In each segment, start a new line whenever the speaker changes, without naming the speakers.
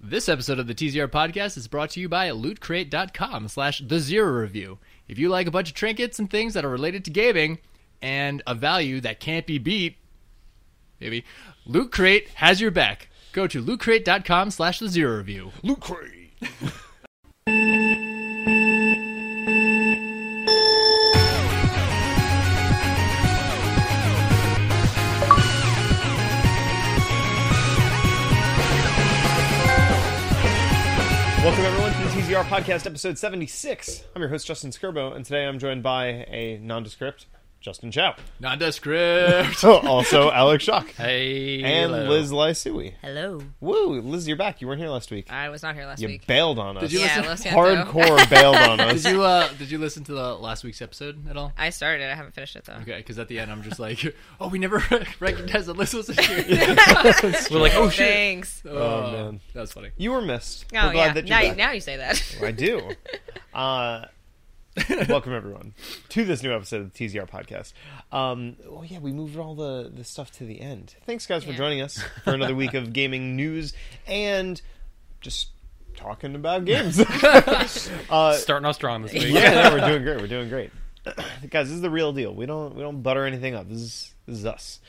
This episode of the TZR podcast is brought to you by lootcrate.com slash the zero review. If you like a bunch of trinkets and things that are related to gaming and a value that can't be beat, maybe, Loot Crate has your back. Go to lootcrate.com slash the zero review.
Loot Crate. Welcome everyone to the TZR podcast, episode seventy-six. I'm your host Justin Skirbo, and today I'm joined by a nondescript Justin Chow,
Nondescript.
also Alex Shock,
hey.
and
hello.
Liz Lysui.
Hello.
Woo, Liz, you're back. You weren't here last week.
I was not here last
you
week.
bailed on us.
you
yeah,
listen-
let's get through.
Hardcore bailed on us.
Did you, uh, did you listen to the last week's episode at all?
I started. I haven't finished it though.
Okay, because at the end I'm just like, oh, we never recognized that Liz was here.
We're like,
Oh, Thanks. Oh,
Oh, man.
That was funny.
You were missed. We're glad
yeah.
that
now,
you're
you,
back.
now you say that.
I do. Uh, welcome everyone to this new episode of the TZR podcast. Um, oh yeah, we moved all the the stuff to the end. Thanks guys for
Yeah.
joining us for another week of gaming news and just talking about games. uh,
Starting off strong this week.
yeah, no, we're doing great. We're doing great, guys. This is the real deal. We don't we don't butter anything up. This is this is us.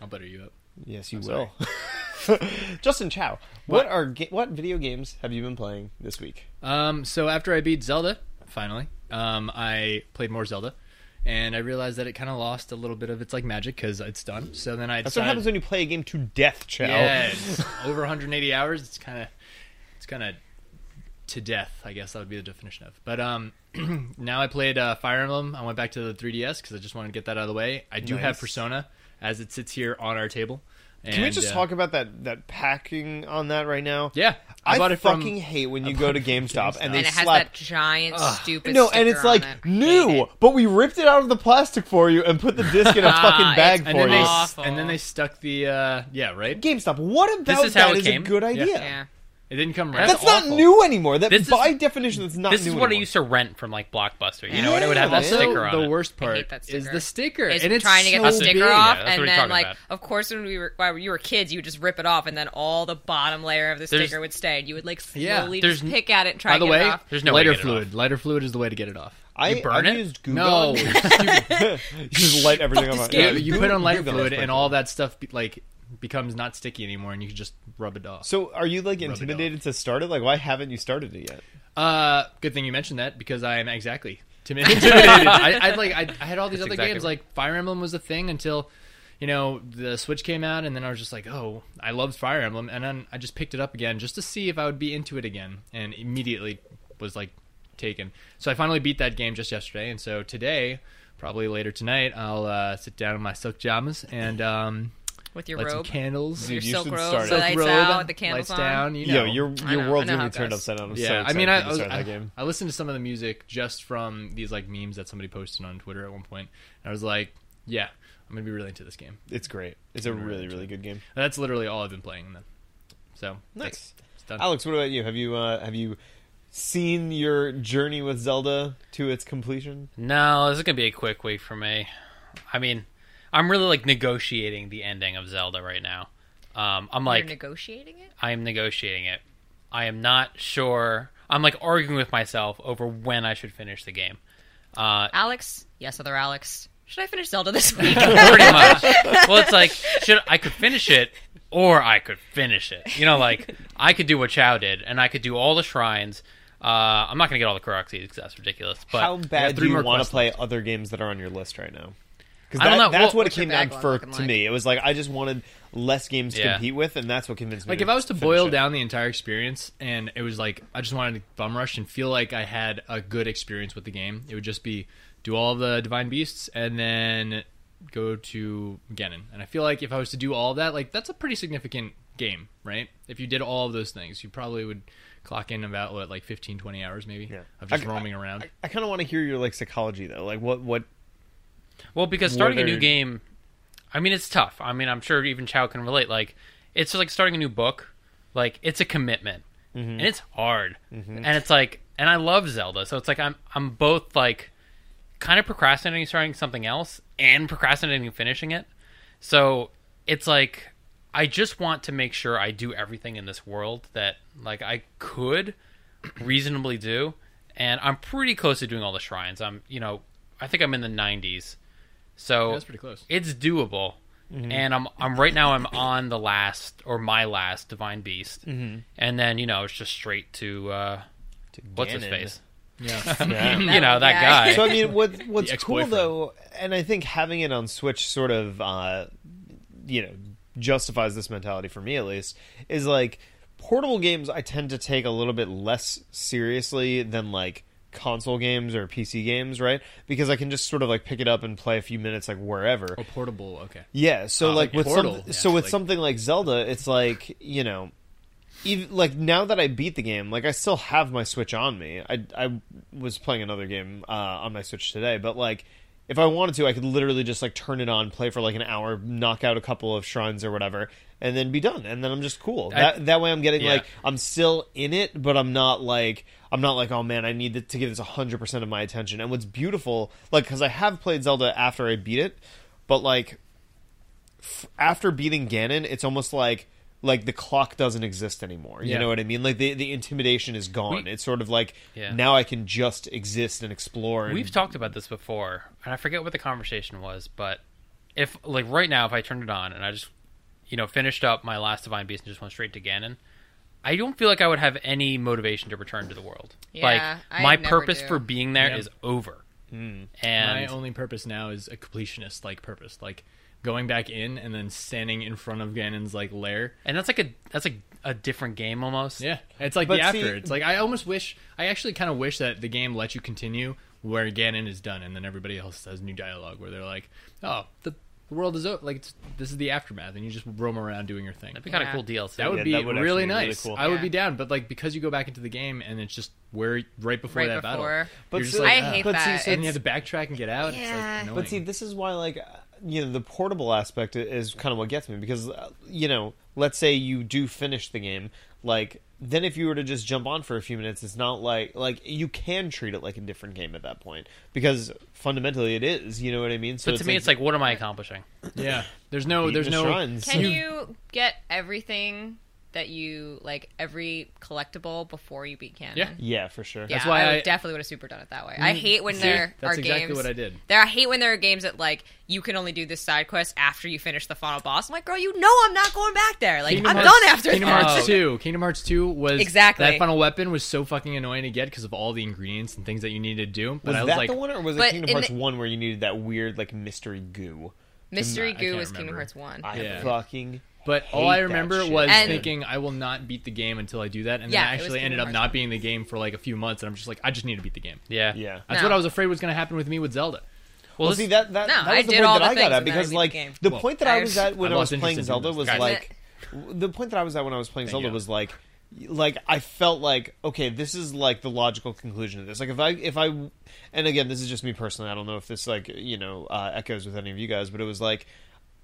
I'll butter you up.
Yes, you will. Justin Chow, what, are ga- what video games have you been playing this week?
Um, so after I beat Zelda, finally, um, I played more Zelda, and I realized that it kind of lost a little bit of its like magic because it's done. So then I
That's what happens
decided,
when you play a game to death, Chow.
yeah, it's over 180 hours, it's kind of, it's kind of to death. I guess that would be the definition of. But um, now I played uh, Fire Emblem. I went back to the 3DS because I just wanted to get that out of the way. I do have
Nice.
Persona as it sits here on our table. And,
Can we just
uh,
talk about that that packing on that right now?
Yeah,
I,
bought it from-
fucking hate when you go to GameStop, and they
and it has
slap.
that giant, stupid.
no, and
sticker
it's
on
like
it. Hate
new,
it. Ah,
but we ripped it out of the plastic for you and put the disc in a fucking
it's
bag
and
for
then
you.
they
Awful.
and then they stuck the uh, yeah right.
GameStop. What about
This is how
that
it
is
came?
a good idea?
Yeah.
It didn't come right.
That's
That's not
awful.
new anymore. That
This is-
by definition, that's not
This
new.
is what I
anymore.
used to rent from like Blockbuster. You know, and it would have that
Yeah.
also,
sticker on
the
it.
worst
I hate
part
that
is
sticker.
the sticker,
It's
and it's
trying to get
so
the sticker
big.
Yeah,
off,
that's
and
what
then
he's talking
like,
about.
of course, when we were while you were kids, you would just rip it off, and then all the bottom layer of the
There's-
sticker would stay, and you would like slowly
Yeah.
There's
just
n-
pick at it and try
By
to
the
get it
way,
off.
There's no way
lighter
to get it
fluid. Lighter fluid is the way to get it off.
I,
burn
I
it?
used Goo
No,
Gone.
you,
just light everything on
this
fire.
game.
Yeah,
you
Goo-
put on lighter
Goo Gone
fluid,
is
and
pretty
all
cool.
that stuff be, like becomes not sticky anymore, and you can just rub it off.
So, are you like intimidated to start it? Like, why haven't you started it yet?
Uh, good thing you mentioned that because I am exactly tim- intimidated. I, I like I, I had all these
That's
other
exactly
games
right.
like Fire Emblem was a thing until you know the Switch came out, and then I was just like, oh, I loved Fire Emblem, and then I just picked it up again just to see if I would be into it again, and immediately was like taken. So I finally beat that game just yesterday, and so today, probably later tonight, I'll uh, sit down in my silk pajamas and um,
with your
light some
robe,
candles.
your
Dude, you
silk
should
robe,
start
the
it.
lights
robe,
out, the candles
lights
on.
down. You
Yo,
know.
your
I
your
know,
world's
I
gonna
know how
be
it
turned
goes.
upside down. I'm so
Yeah,
excited
I mean,
for
I,
you to
I, was,
start
I,
that game.
I listened to some of the music just from these like memes that somebody posted on Twitter at one point, and I was like, yeah, I'm gonna be really into this game.
It's great. It's a really really good game.
And that's literally all I've been playing then. So
Nice,
that's- it's done.
Alex. What about you? Have you uh, have you seen your journey with Zelda to its completion?
No, this is gonna be a quick week for me. I mean, I'm really like negotiating the ending of Zelda right now. Um, I'm
You're
like,
negotiating it.
I am negotiating it. I am not sure. I'm like arguing with myself over when I should finish the game. Uh,
Alex, yes, other Alex. Should I finish Zelda this week?
pretty much. Well, it's like should I could finish it or I could finish it. You know, like I could do what Chow did, and I could do all the shrines. Uh, I'm not gonna get all the Kuroxis because that's ridiculous. But
How bad do
three
you
more
want to
quests
play other games that are on your list right now? Because
I don't know.
that's
Well,
what it
what's your
came down
backlog
for to
looking like?
me. It was like I just wanted less games to
Yeah.
compete with, and that's what convinced me.
like if I was to
finish
boil
it.
down the entire experience, and it was like I just wanted to bum rush and feel like I had a good experience with the game, it would just be do all the divine beasts and then go to Ganon. And I feel like if I was to do all of that, like that's a pretty significant game, right? If you did all of those things, you probably would clock in about what like 15 20 hours maybe
Yeah.
of just
I-
roaming around.
I, kind of want to hear your like psychology though. Like what what
Well, because starting a
Whether-
new game, I mean, it's tough. I mean, I'm sure even Chow can relate. Like, it's like starting a new book. Like, it's a commitment, and it's hard. And it's like, and I love Zelda, so it's like I'm I'm both like kind of procrastinating starting something else and procrastinating finishing it. So it's like I just want to make sure I do everything in this world that like I could reasonably do, and I'm pretty close to doing all the shrines. I'm you know I think I'm in the 90s, so
That's pretty close. Mm-hmm.
It's doable, and I'm I'm right now I'm on the last or my last divine beast,
Mm-hmm.
and then you know it's just straight to, uh, what's his
Ganon.
face,
Yeah.
Yeah.
you know that guy.
So I mean, what what's cool
ex-boyfriend.
though, and I think having it on Switch sort of, uh, you know, justifies this mentality for me at least. Is like portable games, I tend to take a little bit less seriously than like console games or PC games, right? Because I can just sort of like pick it up and play a few minutes like wherever.
oh, portable. Okay.
Yeah, so
Uh,
like,
like
with
Portal,
some,
yeah,
so with
like-
something like Zelda, it's like you know, even, like now that I beat the game, like I still have my Switch on me. I I was playing another game uh, on my Switch today, but like if I wanted to, I could literally just like turn it on, play for like an hour, knock out a couple of shrines or whatever, and then be done. And then I'm just cool. that that way, I'm getting
Yeah.
like I'm still in it, but I'm not like I'm not like oh man, I need to give this 100 percent of my attention. And what's beautiful, like because I have played Zelda after I beat it, but like after beating Ganon, it's almost like like the clock doesn't exist anymore. You
Yeah.
know what I mean? Like the, the intimidation is gone.
We-
it's sort of like
Yeah.
now I can just exist and explore. And,
We've talked about this before, and I forget what the conversation was, but if like right now, if I turned it on and I just you know finished up my last divine beast and just went straight to Ganon, I don't feel like I would have any motivation to return to the world.
Yeah,
like
I
my
never
purpose
do.
for being there is
Yeah. Mm.
over,
My
and
only purpose now is a completionist like purpose, like going back in and then standing in front of Ganon's like lair.
and that's like a that's like a different game almost.
Yeah, it's like
But
the after.
see-
it's like I almost wish. I actually kind of wish that the game lets you continue where Ganon is done, and then everybody else has new dialogue where they're like, "Oh, the, the world is over. Like it's, this is the aftermath," and you just roam around doing your thing.
that'd be kind of
Yeah.
cool DLC.
That would
Yeah,
be
that would actually
really
be really
nice.
cool.
I would
Yeah.
be down, but like because you go back into the game and it's just where right before
Right
that
before.
battle.
But
you're just
see-
like,
I
"Ah."
hate
But see,
that.
so
and you
It's-
have to backtrack and get out.
Yeah.
It's like
But see,
annoying.
this is why like uh, you know the portable aspect i- is kind of what gets me because uh, you know let's say you do finish the game like then if you were to just jump on for a few minutes it's not like like you can treat it like a different game at that point because fundamentally it is you know what i mean so
but to me, it's like, what am I accomplishing?
yeah. There's no.
beat
oh, There's
the
no.
shrines.
Can you get everything that you like every collectible before you beat canon?
Yeah.
yeah for sure
Yeah,
That's why
I, would
I- Mm,
definitely would have super done it that way. I hate when
See?
there
That's
are
exactly
games.
what I did.
There, I hate when there are games that like you can only do this side quest after you finish the final boss. I'm like, girl, you know I'm not going back there. Like I'm
Hearts-
done after
Kingdom
that.
Hearts
Oh.
two. Kingdom Hearts two was
Exactly.
that final weapon was so fucking annoying to get because of all the ingredients and things that you needed to do. But
was
I was
that
like,
the one or was it
But
Kingdom
in
Hearts
the-
one where you needed that weird like mystery goo?
Mystery
I
Goo
can't
is Kingdom
remember.
Hearts one.
I
Yeah.
fucking.
but all
hate
I
that
remember
shit.
was
And-
thinking I will not beat the game until I do that, and
Yeah,
then
it
I
was
actually
Kingdom
ended up
Hearts
not
one.
being the game for like a few months, and I'm just like, I just need to beat the game.
Yeah,
Yeah.
That's
No.
what I was afraid was going to happen with me with Zelda.
Well,
Well,
this-
see that that,
No,
that was
I
the
did
point
all
that
the
I got
things
at
and then I
because
beat the
like
game.
the
Well,
point that I
I
was
just-
at when
I
I, was
lost interest
playing
in
Zelda
doing
was
this. Guys.
like the point that I was at when I was playing Zelda
you.
was like like I felt like okay this is like the logical conclusion of this like if I if I and again this is just me personally I don't know if this like you know uh, echoes with any of you guys but it was like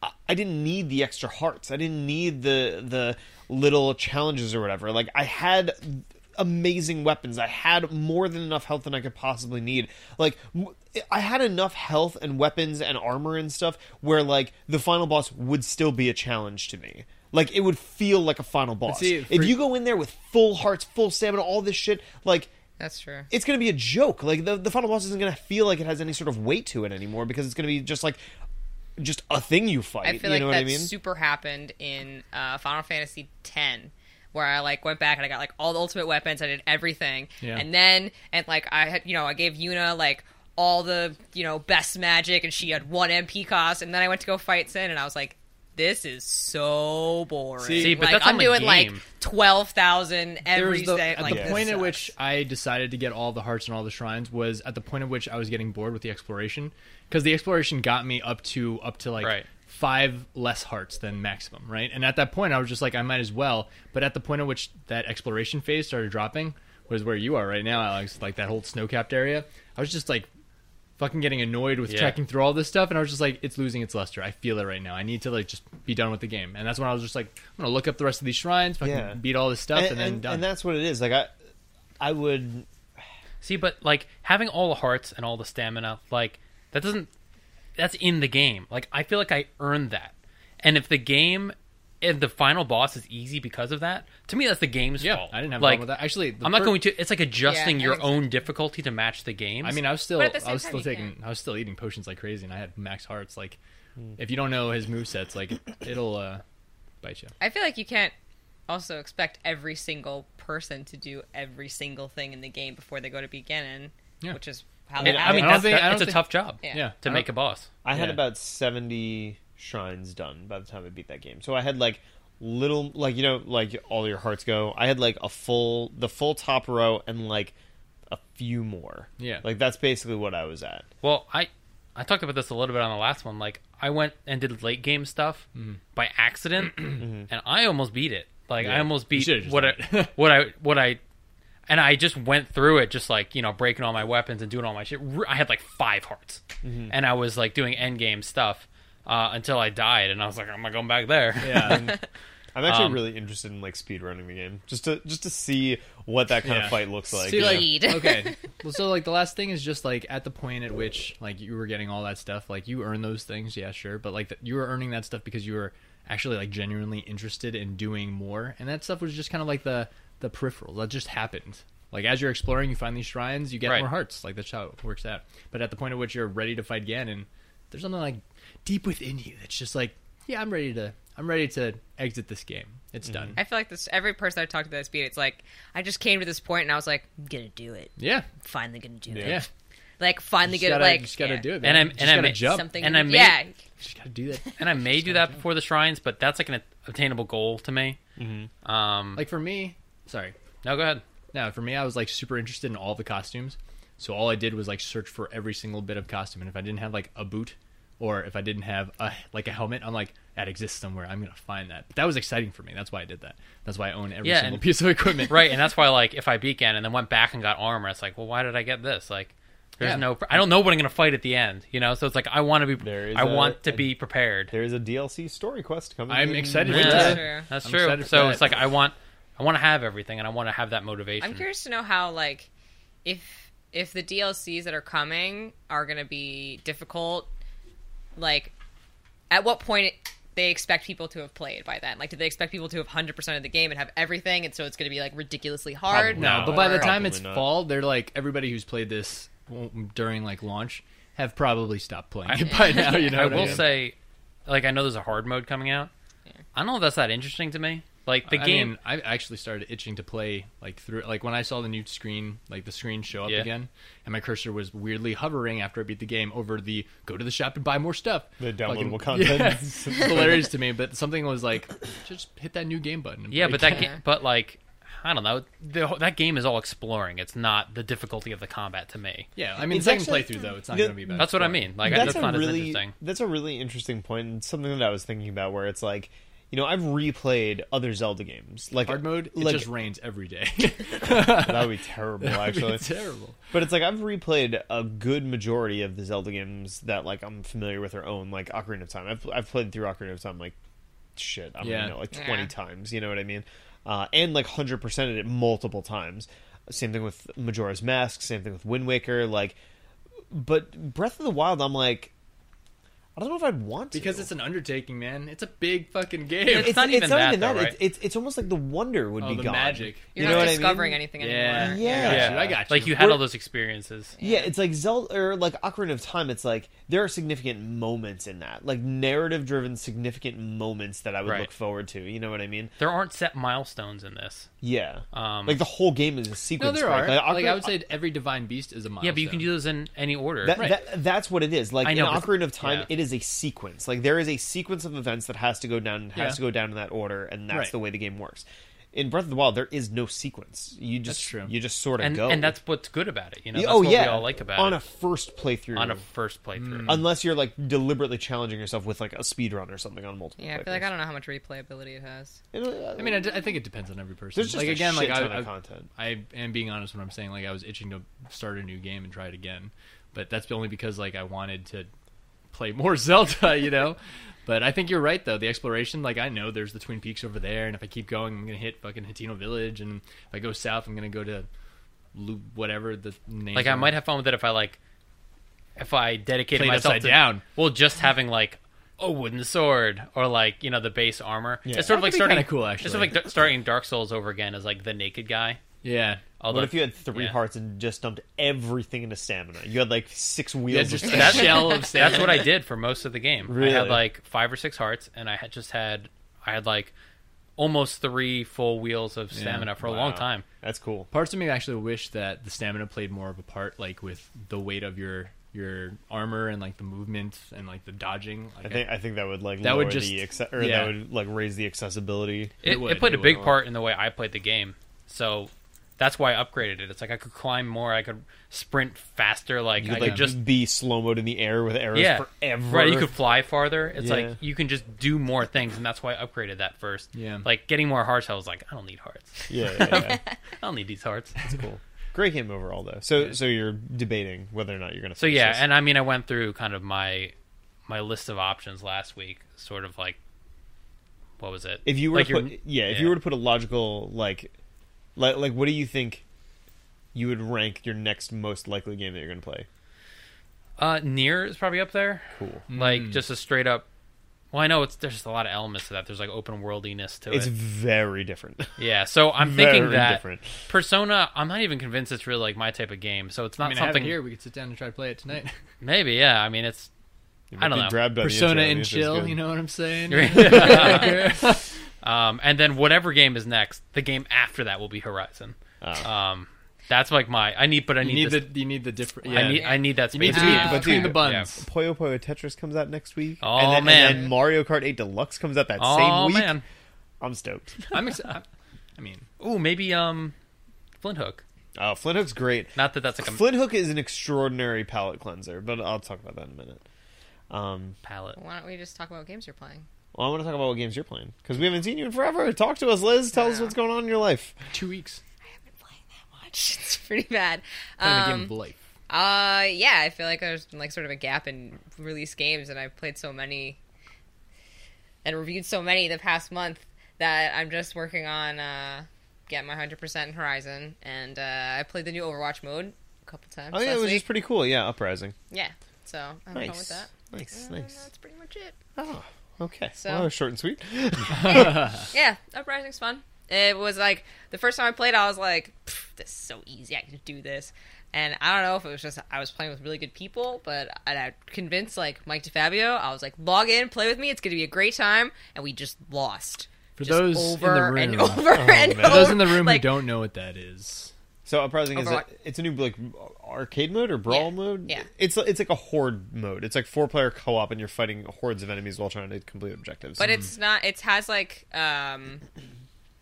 I- I didn't need the extra hearts I didn't need the the little challenges or whatever like I had amazing weapons I had more than enough health than I could possibly need like m- I had enough health and weapons and armor and stuff where like the final boss would still be a challenge to me like it would feel like a final boss
See,
if
for-
you go in there with full hearts, full stamina, all this shit, like
That's true.
it's gonna be a joke. Like the the final boss isn't gonna feel like it has any sort of weight to it anymore because it's gonna be just like just a thing you fight.
I feel
you
like
know
that
what I mean?
super happened in uh, Final Fantasy X, where I like went back and I got like all the ultimate weapons. I did everything,
Yeah.
and then and like I had you know I gave Yuna like all the you know best magic, and she had one MP cost. And then I went to go fight Sin, and I was like. This is so boring.
See, but
like
that's
I'm
on the
doing like
game.
twelve thousand
There was
every
the,
day.
at
like,
the
this
point at
sucks.
which I decided to get all the hearts and all the shrines was at the point at which I was getting bored with the exploration because the exploration got me up to up to like
Right.
five less hearts than maximum, right? And at that point, I was just like, I might as well. But at the point at which that exploration phase started dropping, was where you are right now, Alex, like that whole snow capped area. I was just like fucking getting annoyed with
Yeah.
trekking through all this stuff and I was just like it's losing its luster. I feel it right now. I need to like just be done with the game. And that's when I was just like I'm going to look up the rest of these shrines, fucking
Yeah.
beat all this stuff and, then done.
and that's what it is. Like I, I would.
See, but like having all the hearts and all the stamina, like that doesn't that's in the game. Like I feel like I earned that. And if the game and the final boss is easy because of that. To me, that's the game's
Yeah,
fault.
I didn't have
like
a problem with that. Actually, the
I'm not
fir-
going to. It's like adjusting
Yeah,
your
I-
own difficulty to match the game.
I mean, I was still,
But at the
I was
same
still
time, you
taking,
can't.
I was still eating potions like crazy, and I had max hearts. Like,
Hmm.
if you don't know his movesets, like it'll uh, bite you.
I feel like you can't also expect every single person to do every single thing in the game before they go to beginning,
Yeah.
which is how
mean,
that
I mean,
I don't
that's,
think-
that-
I don't
it's a
think-
tough job
Yeah.
Yeah,
to
I
make a
don't-
boss.
I had
Yeah.
about 70 shrines done by the time I beat that game. So I had like little like you know like all your hearts go. I had like a full the full top row and like a few more.
Yeah.
Like that's basically what I was at.
Well, I I talked about this a little bit on the last one. Like I went and did late game stuff
Mm-hmm.
by accident, and I almost beat it. Like I
Yeah.
almost
You
beat
should've just
what I,
done it.
what I what I and I just went through it, just like you know, breaking all my weapons and doing all my shit. Re- I had like five hearts,
Mm-hmm.
and I was like doing end game stuff uh, until I died, and I was like, I'm not going back there.
Yeah,
I'm actually
Um,
really interested in like speedrunning the game just to just to see what that kind
Yeah.
of fight looks like.
See, like,
Speed.
okay. Well, so like the last thing is just like at the point at which like you were getting all that stuff, like you earn those things, yeah, sure, but like that you were earning that stuff because you were actually like genuinely interested in doing more, and that stuff was just kind of like the the peripheral that just happened. Like as you're exploring, you find these shrines, you get
Right.
more hearts. Like that's how it works out. But at the point at which you're ready to fight Ganon, there's something like deep within you that's just like, yeah, I'm ready to, I'm ready to exit this game. It's
Mm-hmm.
done.
I feel like this. Every person I talked to that's beat, it's like I just came to this point and I was like, I'm gonna do it.
Yeah,
Finally, gonna do
yeah.
it. Like finally,
You
get
just gotta,
like
you just gotta
yeah.
do it, man.
And I'm-
You
and
just
I'm-
gotta jump.
Something
And
to
I
do-
made-
yeah.
Just gotta do that.
And I may do that before the shrines, but that's like an attainable goal to me.
Mm-hmm.
Um,
Like for me, sorry.
no, go ahead.
No, for me, I was like super interested in all the costumes. So all I did was like search for every single bit of costume, and if I didn't have like a boot, or if I didn't have a like a helmet, I'm like that exists somewhere. I'm gonna find that. But that was exciting for me. That's why I did that. That's why I own every
Yeah,
single
and-
piece of equipment.
right and that's why like if i beat ganon and then went back and got armor it's like well why did i get this like there's
Yeah.
no i don't know what i'm gonna fight at the end you know so it's like i want to be
There is
I
a-
want to
a-
be prepared
There is a DLC story quest coming.
I'm
in
excited for
Yeah.
winter.
that.
That's true.
that's
I'm
true
excited for
so
that.
it's like i want i want to have everything and i want to have that motivation
I'm curious to know how like if if the DLCs that are coming are going to be difficult like at what point they expect people to have played by then like do they expect people to have 100% of the game and have everything and so it's going to be like ridiculously hard
Probably
No,
No,
but by the
or-
time
probably
it's
not.
fall, they're like everybody who's played this w- during like launch have probably stopped playing
I-
it by now. You know,
i
what
will
mean?
say like i know there's a hard mode coming out i don't know if that's that interesting to me like the
I
game
mean, I actually started itching to play like through like when I saw the new screen, like the screen show up
Yeah.
again, and my cursor was weirdly hovering after I beat the game over the go to the shop and buy more stuff.
The
Fucking-
downloadable content.
Yeah. It's hilarious to me, but something was like just hit that new game button. and
yeah
play
but
the
that
game.
game but like i don't know the, whole- that game is all exploring it's not the difficulty of the combat to me
yeah, I mean,
It's
second
actually-
playthrough though, it's not
Yeah,
going to be bad.
that's what i mean like
that's
that's, not
a
as
really
interesting
that's a really interesting point and something that I was thinking about where it's like you know I've replayed other Zelda games like
Hard mode, it
like,
just rains every day.
that would be terrible actually
it's terrible.
but it's like I've replayed a good majority of the Zelda games that like I'm familiar with or own like Ocarina of Time I've I've played through Ocarina of Time like shit I don't
Yeah.
even know like
Yeah.
20 times you know what I mean uh, and like 100 percented it multiple times same thing with Majora's Mask same thing with Wind Waker like but Breath of the Wild I'm like I don't know if I'd want to
Because it's an undertaking, man. It's a big fucking game.
It's not even that, though, right?
It's, it's it's almost like the wonder would
Oh,
be
the
gone.
magic.
you're
You know
not
what I
discovering
mean?
anything
yeah,
anymore
Yeah.
I got you. I got you.
like you had
We're-
all those experiences
Yeah, it's like Zelda or like Ocarina of Time. It's like there are significant moments in that, like narrative-driven significant moments that I would
Right.
look forward to. You know what I mean?
there aren't set milestones in this.
Yeah.
Um,
like the whole game is a
no,
sequence.
there
break.
are. Like,
Ocarina-
I would say every divine beast is a milestone.
Yeah, but you can do those in any order.
That,
Right.
that, that's what it is. Like
I know,
in
but-
Ocarina of Time,
yeah.
it is a sequence. Like there is a sequence of events that has to go down and has
Yeah.
to go down in that order, and that's
Right.
the way the game works. In Breath of the Wild, there is no sequence. You just
true.
you just sort of
and
go.
and that's what's good about it. You know, that's
oh
what
yeah,
we all like about
on
it
a first playthrough.
on a first playthrough.
Mm.
unless you're like deliberately challenging yourself with like a speed run or something on multiple. uh,
yeah i feel like i don't know how much replayability it has
I mean, I, d- I think it depends on every person.
There's just
like
a
again,
shit
like I,
ton
I,
of content.
I am being honest when I'm saying like I was itching to start a new game and try it again, but that's only because like I wanted to play more Zelda, you know. but I think you're right though. The exploration, like I know there's the Twin Peaks over there, and if I keep going, I'm gonna hit fucking Hatino Village, and if I go south, I'm gonna go to Lu- whatever the name.
Like I might have fun with it if I like, if I dedicated
Played
myself
upside
to,
down.
Well, just having like oh wooden sword or like you know the base armor.
Yeah.
It's sort
That
of like
could be
starting
kinda cool,
It's sort of
actually.
like starting Dark Souls over again as like the naked guy.
Yeah.
Although
What if you had three
yeah.
hearts and just dumped everything into stamina? You had like six
Yeah,
wheels.
just
of
a
stamina.
shell of sand.
That's what I did for most of the game. I
Really?
had like five or six hearts, and I had just had I had like almost three full wheels of stamina for a long
Wow.
time.
That's cool.
Parts of me actually wish that the stamina played more of a part, like with the weight of your your armor and like the movement and like the dodging. Like,
I think I think that would like
That
lower
would just-
the acce- or that
yeah.
would like raise the accessibility.
It
It,
would,
it played
it
a big
would.
part in the way I played the game. So that's why I upgraded it. It's like I could climb more, I could sprint faster, like
You could
I
like
could just
just be slow mode in the air with arrows
yeah,
forever.
Right, you could fly farther. It's
Yeah.
like you can just do more things, and that's why I upgraded that first.
Yeah.
like getting more hearts, I was like, I don't need hearts.
Yeah, yeah, yeah.
I don't need these hearts.
it's cool. Great game overall though. So so you're debating whether or not you're gonna.
So
finish
yeah,
this.
and I mean, I went through kind of my my list of options last week, sort of like what was it?
if you were
like
to
your-
put, yeah, if you were to put a logical like, like like what do you think you would rank your next most likely game that you're gonna play?
uh, near is probably up there.
Cool.
Hmm.
Like just a straight up. Well, I know it's there's just a lot of elements to that. There's like open worldiness to
It's
it.
very different.
Yeah, so I'm
very
thinking that
different.
Persona. I'm not even convinced it's really like my type of game. So it's not
I mean, I have it
something.
here. We could sit down and try to play it tonight.
Maybe yeah. I mean, it's
You
I don't
could
know.
grab by the
Persona
intro, the
and
intro's
chill.
good.
You know what I'm saying?
um, and then whatever game is next, the game after that will be Horizon.
Ah.
Um, that's like my. I need, but I
You
need.
need
this,
the you need the different. Yeah.
I need. I need that.
you need
space
to be
game.
Ah,
between the
dude,
buns.
Puyo Puyo Tetris comes out next week.
Oh,
and then,
man.
And then Mario Kart 8 Deluxe comes out that same
Oh
week.
man.
I'm stoked.
I'm excited. I mean,
Ooh, maybe um, Flint Hook.
Oh, Flint Hook's great.
Not that that's like a
Flint Hook is an extraordinary palate cleanser, but I'll talk about that in a minute. Um,
palette.
Why don't we just talk about games you're playing?
well, I want to talk about what games you're playing because we haven't seen you in forever. Talk to us, Liz. Tell us
Yeah.
what's going on in your life.
two weeks.
I haven't been playing that much. It's pretty bad.
Playing the
Um,
game of life.
Uh, yeah, I feel like there's been like sort of a gap in release games, and I've played so many and reviewed so many the past month that I'm just working on uh, getting my hundred percent in Horizon, and uh, I played the new Overwatch mode a couple times.
Oh yeah,
last
it was
week.
just pretty cool. Yeah, Uprising.
yeah. So I'm
Nice.
fun with that.
Nice,
Uh,
nice.
That's pretty much it.
Oh, okay.
So-
Well, that was short and sweet.
Yeah, Uprising's fun. It was like the first time I played, I was like, "Pff, "This is so easy. I can do this." And I don't know if it was just I was playing with really good people, but I, I convinced like Mike DeFabio. I was like, "Log in, play with me. It's going to be a great time." And we just lost.
For
Just
those in the
over and
room-
over and
Oh, For
over.
those in the room
like,
who don't know what that is,
So Uprising is a,
Overwatch.
it's a new like arcade mode or brawl
Yeah,
mode.
yeah.
it's it's like a horde mode. It's like four player co op, and you're fighting hordes of enemies while trying to complete objectives.
but it's not it has like um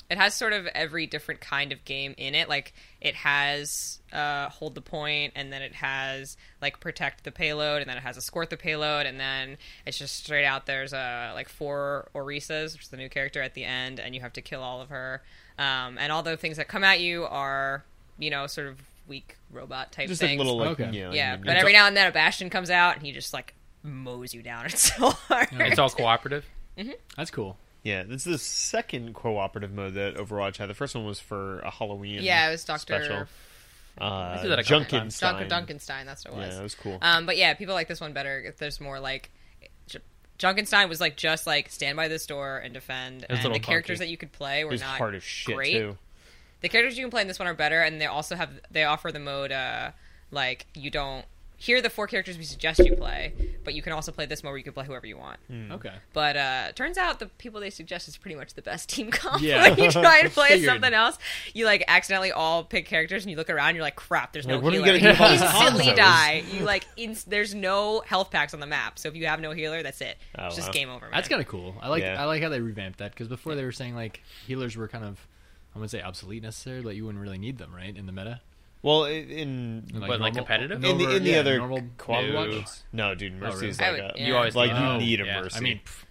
it has sort of every different kind of game in it like it has uh hold the point and then it has like protect the payload and then it has escort the payload and then it's just straight out there's uh like four orisas which is the new character at the end and you have to kill all of her um and all the things that come at you are you know sort of weak robot type
just like
things
little like
Okay.
you know,
yeah
you-
but every now and then a bastion comes out and he just like mows you down it's so hard
It's all cooperative.
that's cool.
yeah, this is the second cooperative mode that Overwatch had. The first one was for a Halloween.
Yeah, it was Dr.
special. Uh,
did that a couple times.
Junkenstein.
Duncan Duncanstein. That's what it was.
Yeah, that was cool.
Um, but yeah, people like this one better. If there's more like, J- Junkenstein was like just like stand by this door and defend.
was a
And the
little
characters
clunky.
that you could play
it
were
was
not
hard as shit
great.
too.
The characters you can play in this one are better, and they also have they offer the mode uh, like you don't. Here are the four characters we suggest you play, but you can also play this mode where you can play whoever you want.
Hmm.
Okay.
But uh, turns out the people they suggest is pretty much the best team comp.
Yeah.
when you try and play
Figured.
something else, you like accidentally all pick characters and you look around, and you're like, crap, there's no
Like, what are we
healer.
gonna do with all these
instantly
combos?
die. You like, ins there's no health packs on the map, so if you have no healer, that's it.
Oh,
it's just
wow.
game over. Man.
That's kind of cool. I like
Yeah.
I like how they revamped that because before they were saying like healers were kind of I'm gonna say obsolete necessarily. Like you wouldn't really need them, right, in the meta.
Well, i- in
In,
What, like competitive?
in
in the in the
yeah,
other
normal
co-op
no.
ones? No, dude, Mercy is like
really? I would-
a
yeah.
You always
like
Oh,
you need a
yeah.
Mercy.
I mean, pff,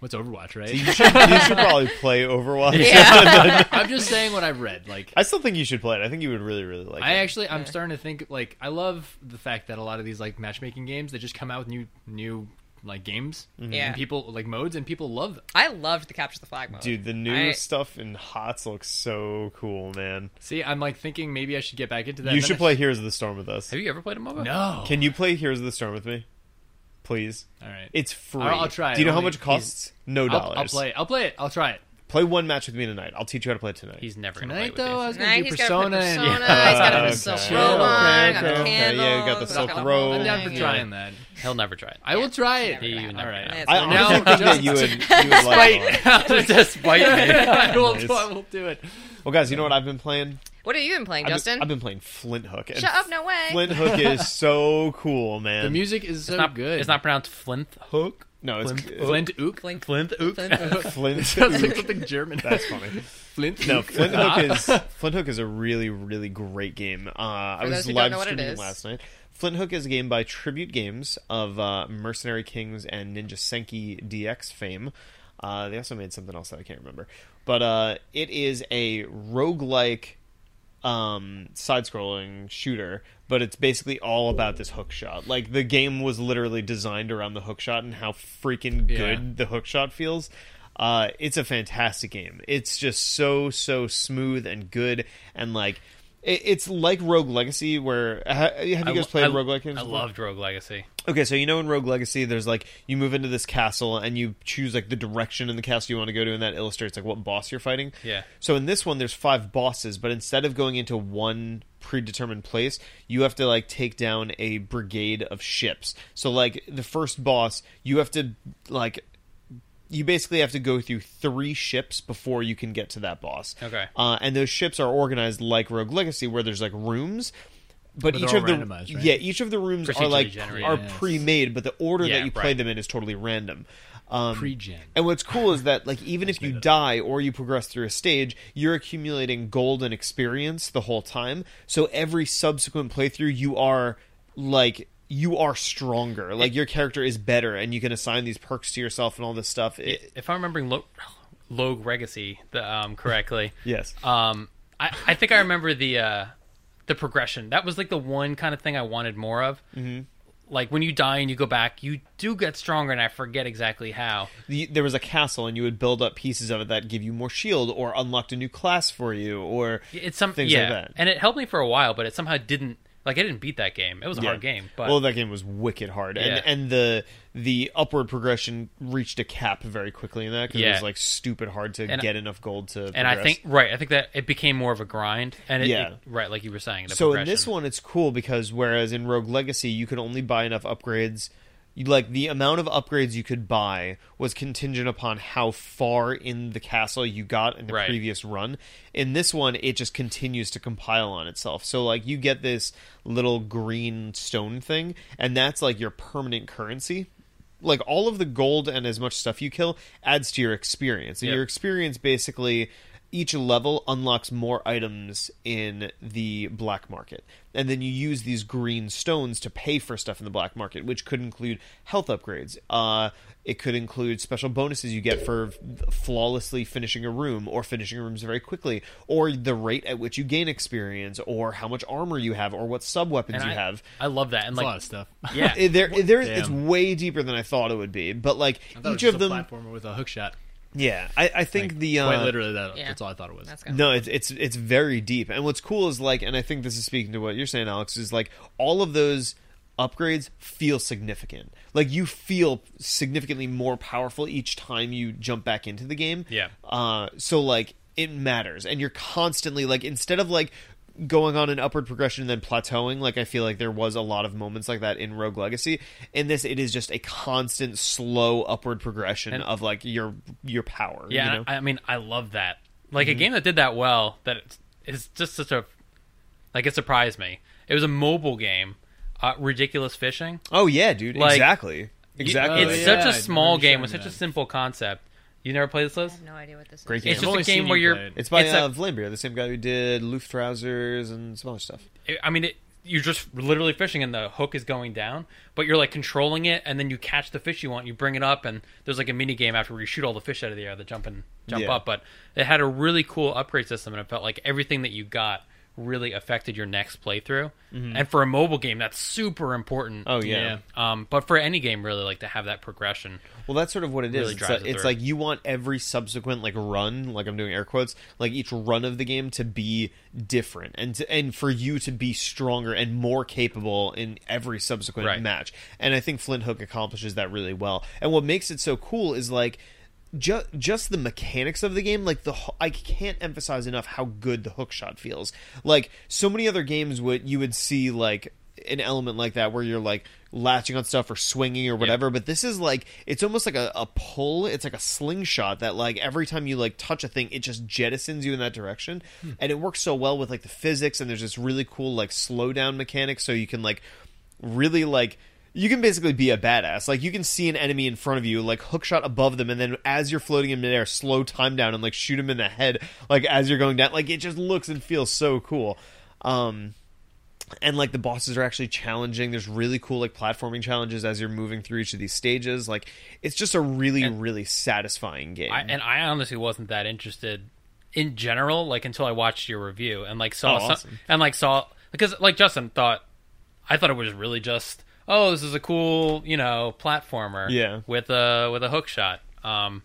what's Overwatch,
you
right?
should you should probably play Overwatch.
yeah.
I'm just saying what I've read. Like
I still think you should play it. I think you would really, really like
I
it.
actually I'm starting to think like I love the fact that a lot of these like matchmaking games they just come out with new new like games
Mm-hmm.
Yeah.
and people like modes and people love them.
I loved the capture the flag mode.
Dude, the new
I-
stuff in HOTS looks so cool, man.
See, I'm like thinking maybe I should get back into that.
you
Then
should
I-
play Heroes of the Storm with us.
Have you ever played a MOBA?
No.
Can you play Heroes of the Storm with me? please.
All right.
It's free.
I'll- I'll try it.
Do you know how
Only
much it costs? No
I'll,
dollars.
I'll play. It. I'll play it. I'll try it
Play one match with me tonight. I'll teach you how to play it tonight.
He's never gonna play
tonight.
with
Though I was
Jason.
gonna
Tonight
do
he's
persona.
got a
and-
persona. He's got
Okay.
a silk
Okay,
robe on.
okay,
got the
okay. Yeah, you
candles.
got the silk
got
robe.
I'm down for
thing.
trying that.
He'll never try it.
I will try it.
Yeah, you
All
never
right.
know.
It's
I
fine.
honestly
No.
think that you would, you would like it.
Despite me.
I will,
Nice.
I will do it.
Well, guys, you know what I've been playing?
What have you been playing,
I've been-
Justin?
I've been playing Flint Hook. and
Shut up, no way.
Flint Hook is so cool, man.
The music is so
It's not
good.
It's not pronounced Flinth Hook.
No, it's
Flint Ook.
Flint.
Flinth Hook.
Flint.
Sounds like something German.
That's funny.
Flint.
No,
Ook.
Flint Hook is Flint Hook is a really really great game. Uh, I
For
was
those who don't
live
know what it
streaming
is.
last night. Flint Hook is a game by Tribute Games of uh, Mercenary Kings and Ninja Senki DX fame. Uh, they also made something else that I can't remember, but uh, it is a roguelike um, side-scrolling shooter, but it's basically all about this hook shot. Like the game was literally designed around the hook shot and how freaking
Yeah.
good the hook shot feels. Uh, it's a fantastic game. It's just so so smooth and good and like it, it's like Rogue Legacy. Where ha, have you guys played Rogue Legacy?
I loved Rogue Legacy.
Okay, so you know in Rogue Legacy, there's like you move into this castle and you choose like the direction in the castle you want to go to, and that illustrates like what boss you're fighting.
Yeah.
So in this one, there's five bosses, but instead of going into one predetermined place, you have to like take down a brigade of ships. So like the first boss, you have to like you basically have to go through three ships before you can get to that boss.
Okay.
Uh, and those ships are organized like Rogue Legacy, where there's like rooms.
But
But,
they're
each
all
of the
randomized, right?
yeah, each of the rooms are
Procedurally
like
generated,
are
yes.
pre-made, but the order
Yeah,
that you play
right.
them in is totally random. Um,
Pre-gen.
And what's cool is that like even if you die or you progress through a stage, you're accumulating gold and experience the whole time. So every subsequent playthrough, you are like you are stronger. Like your character is better, and you can assign these perks to yourself and all this stuff. It-
If I'm remembering Lo- Rogue Legacy the, um, correctly,
yes.
um, I, I think I remember the uh, the progression. That was like the one kind of thing I wanted more of. Mm-hmm. Like when you die and you go back, you do get stronger, and I forget exactly how.
the, there was a castle and you would build up pieces of it that give you more shield or unlocked a new class for you or
It's some
things
yeah,
like that.
and it helped me for a while, but it somehow didn't. Like I didn't beat that game. It was a
Yeah.
hard game, but
well, that game was wicked hard,
Yeah.
and and the the upward progression reached a cap very quickly in that because it
Yeah.
was like stupid hard to
And-
get enough gold to.
and I
progress.
think right, I think that it became more of a grind, and it,
Yeah.
it- right, like you were saying, the
so in
progression.
this one it's cool because whereas in rogue legacy you could only buy enough upgrades you, like the amount of upgrades you could buy was contingent upon how far in the castle you got in the
Right.
previous run in this one it just continues to compile on itself so like you get this little green stone thing and that's like your permanent currency like all of the gold and as much stuff you kill adds to your experience and
Yep.
your experience basically each level unlocks more items in the black market and then you use these green stones to pay for stuff in the black market which could include health upgrades uh, it could include special bonuses you get for flawlessly finishing a room or finishing rooms very quickly or the rate at which you gain experience or how much armor you have or what sub weapons
And
you
I,
have
I love that, and
That's a
like
lot of stuff.
yeah,
It- there, there, it's
Damn.
way deeper than I thought it would be. But like
I thought it was
each
just
of
a
them,
platformer with a hook shot.
yeah, I, I think
Like,
the uh,
quite literally that,
Yeah.
that's all I thought it was.
That's good.
no, it's it's it's very deep. And what's cool is like, and I think this is speaking to what you're saying, Alex, is like all of those upgrades feel significant. Like you feel significantly more powerful each time you jump back into the game.
Yeah.
Uh, so like it matters, and you're constantly like instead of like going on an upward progression and then plateauing like i feel like there was a lot of moments like that in rogue legacy in this it is just a constant slow upward progression
And-
of like your your power
Yeah,
you
and
know? Mm-hmm.
I I mean, I love that. Like a game that did that well, that it's, it's just such a like it surprised me. It was a mobile game, uh, ridiculous fishing.
Oh yeah, dude.
Like, uh,
exactly. Exactly.
Oh,
it's
yeah. I
such a
remember
small
you
game
showing
with such
that.
a simple concept. You never played this,
I
Liz?
have no idea what this is.
Great game.
It's
I've
just
only
a game
seen
where
you
you're.
play it.
It's by
it's
uh,
a-
Vlambeer, the same guy who did Loof Trousers and some other stuff.
I mean, it, you're just literally fishing, and the hook is going down, but you're like controlling it, and then you catch the fish you want, you bring it up, and there's like a mini game after where you shoot all the fish out of the air that jump and jump
Yeah.
up. But it had a really cool upgrade system, and it felt like everything that you got really affected your next playthrough. And for a mobile game, that's super important.
Mm-hmm. Oh yeah.
Yeah.
Um, but for any game, really, like to have that progression.
Well, that's sort of what it is.
Really
it's
drives
like,
it
it's
through.
like you want every subsequent like run, like I'm doing air quotes, like each run of the game to be different and to, and for you to be stronger and more capable in every subsequent
Right.
match. And I think Flint Hook accomplishes that really well. And what makes it so cool is like just just the mechanics of the game like the ho- I can't emphasize enough how good the hook shot feels. Like so many other games would you would see like an element like that where you're like latching on stuff or swinging or whatever but this is like it's almost like a, a pull it's like a slingshot that like every time you like touch a thing it just jettisons you in that direction and it works so well with like the physics and there's this really cool like slowdown mechanic so you can like really like you can basically be a badass. Like you can see an enemy in front of you, like hookshot above them, and then as you're floating in midair, slow time down and like shoot him in the head, like as you're going down. Like it just looks and feels so cool. Um, and like the bosses are actually challenging. There's really cool like platforming challenges as you're moving through each of these stages. Like it's just a really really satisfying game.
I, and I honestly wasn't that interested in general, like until I watched your review and like saw
Oh,
some,
awesome.
and like saw because like Justin thought I thought it was really just oh this is a cool you know platformer
Yeah.
with a with a hook shot. Um,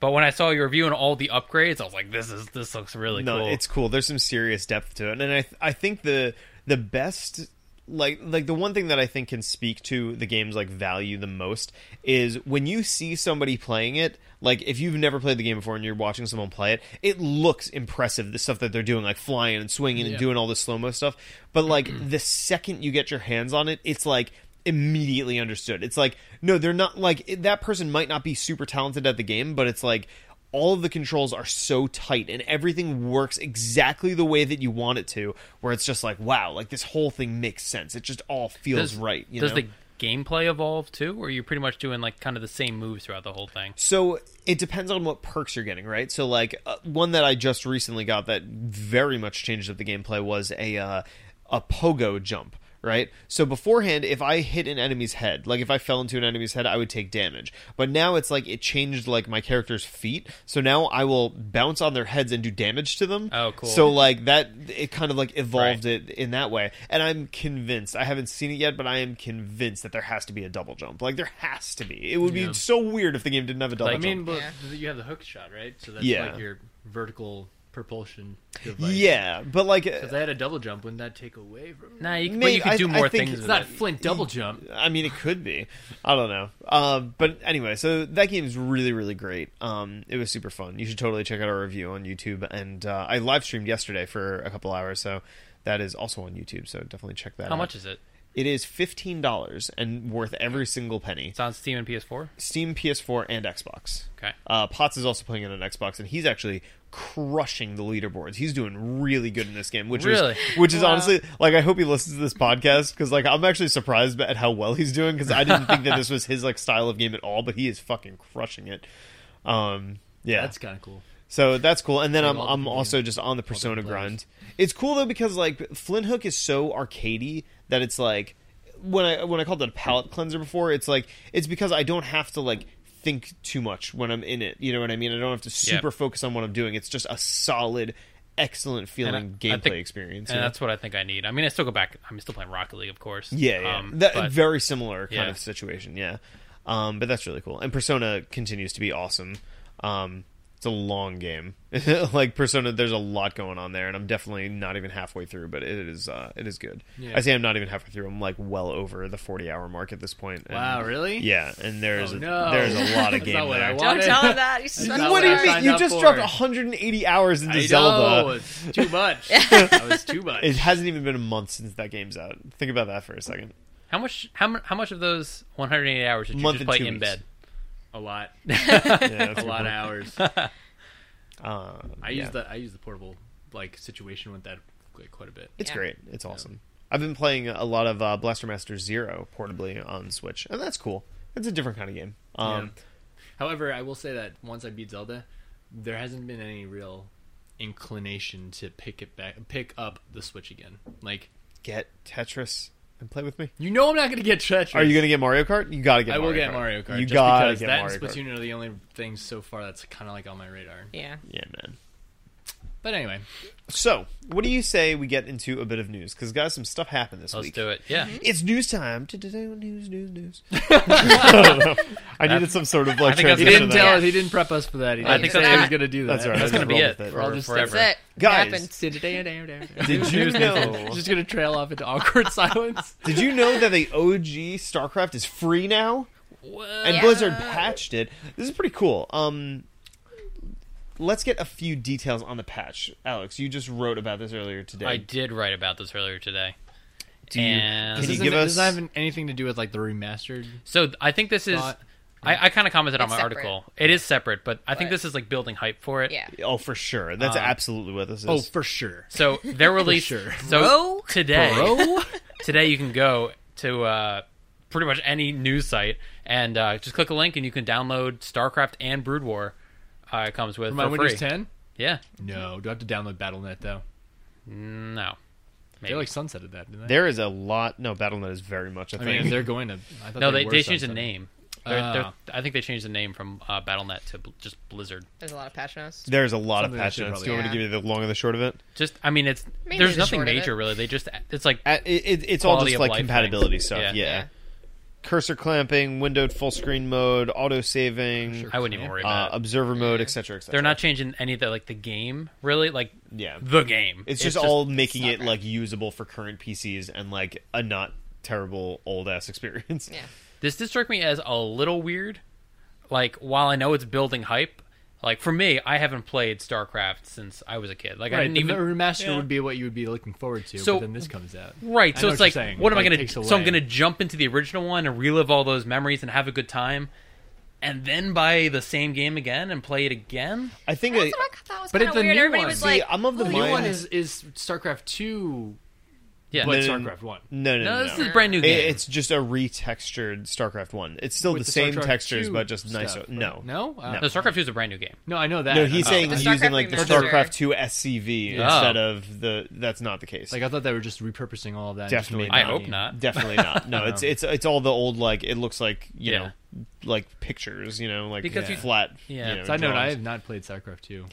but when I saw your review and all the upgrades, I was like this is this looks really
no,
cool.
it's cool. There's some serious depth to it, and I I think the the best like like the one thing that I think can speak to the game's like value the most is when you see somebody playing it. Like if you've never played the game before and you're watching someone play it, it looks impressive. The stuff that they're doing, like flying and swinging and
Yeah.
doing all the slow mo stuff. But like the second you get your hands on it, it's like immediately understood. It's like no, they're not like it- that person might not be super talented at the game, but it's like all of the controls are so tight and everything works exactly the way that you want it to where it's just like wow like this whole thing makes sense it just all feels
does,
right you
does
know?
the gameplay evolve too, or are you pretty much doing like kind of the same moves throughout the whole thing?
So it depends on what perks you're getting, right? So like uh, one that I just recently got that very much changed up the gameplay was a uh, a pogo jump, right? So beforehand, if I hit an enemy's head, like if I fell into an enemy's head, I would take damage. But now it's like it changed like my character's feet, so now I will bounce on their heads and do damage to them.
Oh, cool.
So like that, it kind of like evolved it in that way, and I'm convinced. I haven't seen it yet, but I am convinced that there has to be a double jump. Like there has to be. It would
Yeah.
be so weird if the game didn't have a double
I
jump.
mean, but
Yeah.
you have the hook shot, right? So that's
Yeah.
like your vertical propulsion device.
yeah, but like,
If
uh,
they had a double jump, wouldn't that take away from?
Nah, you, could- but
Maybe-
you could
I-
do
I
more
think
things.
it's
It's
with
not
it.
Flint double jump.
I mean, it could be. I don't know. Uh, but anyway, so that game's really, really great. Um, it was super fun. You should totally check out our review on YouTube. And uh, I live streamed yesterday for a couple hours, so that is also on YouTube. So definitely check that.
How
out.
much is it?
It is fifteen dollars and worth every single penny.
It's on Steam and PS4.
Steam, PS4, and Xbox.
Okay.
Uh, Potts is also playing it on Xbox, and he's actually crushing the leaderboards. He's doing really good in this game, which
Really?
is which is honestly like I hope he listens to this podcast because like I'm actually surprised at how well he's doing because I didn't think that this was his like style of game at all, but he is fucking crushing it. Um, yeah,
That's kind of cool.
so that's cool. And then I'm
all the
I'm
games,
also just on the Persona
players.
grind. It's cool though because like Flint Hook is so arcadey that it's like when I when I called it a palate cleanser before, it's like it's because I don't have to like think too much when I'm in it. You know what I mean? I don't have to
Yeah.
super focus on what I'm doing. It's just a solid, excellent feeling
I- I
gameplay
think-
experience.
And
you know?
that's what I think I need. I mean, I still go back. I'm still playing Rocket League, of course.
Yeah, yeah.
Um,
that,
but
very similar kind
Yeah.
of situation. Yeah, um, but that's really cool. And Persona continues to be awesome. Um, it's a long game. like Persona, there's a lot going on there, and I'm definitely not even halfway through. But it is uh, it is good.
Yeah.
I say I'm not even halfway through. I'm like well over the 40 hour mark at this point. and-
Wow, really?
Yeah, and there's
Oh, no.
there's a lot of
That's
game
not what
there.
I want.
Don't
Wanted-
tell him that. You suck.
not
What do you
I
mean?
signed
You
up
just
for.
dropped 180 hours into
I
Zelda.
know, it's too much. that was too much.
It hasn't even been a month since that game's out. Think about that for a second.
how much? How, mu- how much of those 180 hours did you
Month
just
and
play
two
in
weeks.
bed?
a lot,
Yeah, that's
a
good
lot of
point.
hours.
Um,
I
yeah.
use the I use the portable like situation with that like, quite a bit.
It's
Yeah.
great. It's awesome. I've been playing a lot of uh, Blaster Master Zero portably on Switch, and that's cool. It's a different kind of game. Um,
Yeah. However, I will say that once I beat Zelda, there hasn't been any real inclination to pick it back, pick up the Switch again. Like
Get Tetris and play with me.
you know, I'm not gonna get Tetris.
Are you going to get Mario Kart? You got to get.
I will
Mario
get
Kart.
Mario Kart.
You
just
got to
because
get
that
Mario
and
Kart.
Splatoon are the only things so far that's kind of like on my radar.
Yeah.
Yeah, man.
But anyway,
So, what do you say we get into a bit of news? Because guys, some stuff happened this
Let's
week.
do it. Yeah.
It's news time. News, news, news. I needed some sort of like
I think that's-
he
transition
He
didn't
to
tell
that.
us. He didn't prep us for that. He
I
didn't
think
say
that's-
he was gonna do that.
That's all right.
That's gonna
Roll
be it
with it.
for,
We're all just
forever.
That's it.
Guys.
Happened.
Did you
News,
know?
It's just gonna trail off into awkward silence.
Did you know that the OG StarCraft is free now? And
Oh, Yeah.
Blizzard patched it. This is pretty cool. Um let's get a few details on the patch. Alex, you just wrote about this earlier today.
I did write about this earlier today.
you-
and
Can
This
you
isn't-
give
This
us-
doesn't have anything to do with like the remastered.
So th- I think this is.
Thought-
I, I kind of commented on
It's
my
separate.
article. It is separate, but I think
But-
this is like building hype for it.
Yeah.
oh, for sure. That's
Um,
absolutely what this is.
Oh, for sure.
So they're released.
sure.
So
Bro?
today,
Bro?
today you can go to uh, pretty much any news site and uh, just click a link, and you can download StarCraft and Brood War. Uh, it comes with
From my
for
Windows
free.
10?
Yeah.
No. Do I have to download BattleNet though?
No.
They like sunsetted that, didn't they?
there is a lot. No, BattleNet is very much a
I
thing.
mean, they're going to. I thought
No, they,
were
they changed the
sunsetting.
name. They're-
Ah.
they're- I think they changed the name from uh, BattleNet to bl- just Blizzard.
There's a lot of patch notes.
There's a
Something
lot of
they
patch
should
notes.
probably-
Do you want me to
Yeah.
give you the long and the short of it?
Just, I mean, it's
Mainly
there's
the
nothing
short of
major
it.
really. They just, it's like
Uh, it, it- it's all
Quality
just
of
like
life
compatibility
things.
stuff. Yeah.
Yeah.
Yeah.
Cursor clamping, windowed full screen mode, auto saving,
I wouldn't even worry
uh,
about. it.
observer mode, etc. etc.
They're not changing any of the like the game really, like
Yeah.
the game.
It's, just, all making
not
it
bad.
like usable for current PCs and like a not terrible old ass experience.
Yeah.
This did strike me as a little weird. Like while I know it's building hype, like for me, I haven't played StarCraft since I was a kid. Like I
Right,
didn't
the
even
remaster
Yeah.
would be what you would be looking forward to,
So-
but then this comes out.
Right,
I
so
know
it's
you're
like,
saying.
what am I
Like,
going to?
takes
do? So I'm
away.
going to jump into the original one and relive all those memories and have a good time, and then buy the same game again and play it again.
I think
That's
I,
what I thought was
But
kind
it's
of
the
weird.
new
Everybody
one.
was
See,
like,
I'm of the
The
"Holy
new
mind-
one is is StarCraft two,
Yeah,
but
no, no,
StarCraft one.
no, no,
no,
no,
this
no.
is a brand new
It-
game.
it's just a retextured StarCraft one. It's still
With
the
the
same
StarCraft
textures,
two
but just
stuff,
nicer.
right?
No,
No? Uh,
no, StarCraft Two is a brand new game.
No, I know that.
No, he's
Oh.
saying
The
using
StarCraft
like the
remaster.
StarCraft two SCV
Yeah.
instead of the. That's not the case.
like I thought they were just repurposing all of that. and just
Definitely
doing
I
that
hope
game.
not.
Definitely not. No, it's it's it's all the old like it looks like you
Yeah.
know like pictures you know like
Because
you-
flat.
Yeah.
you know,
So I know that I
drawings.
have not played StarCraft two,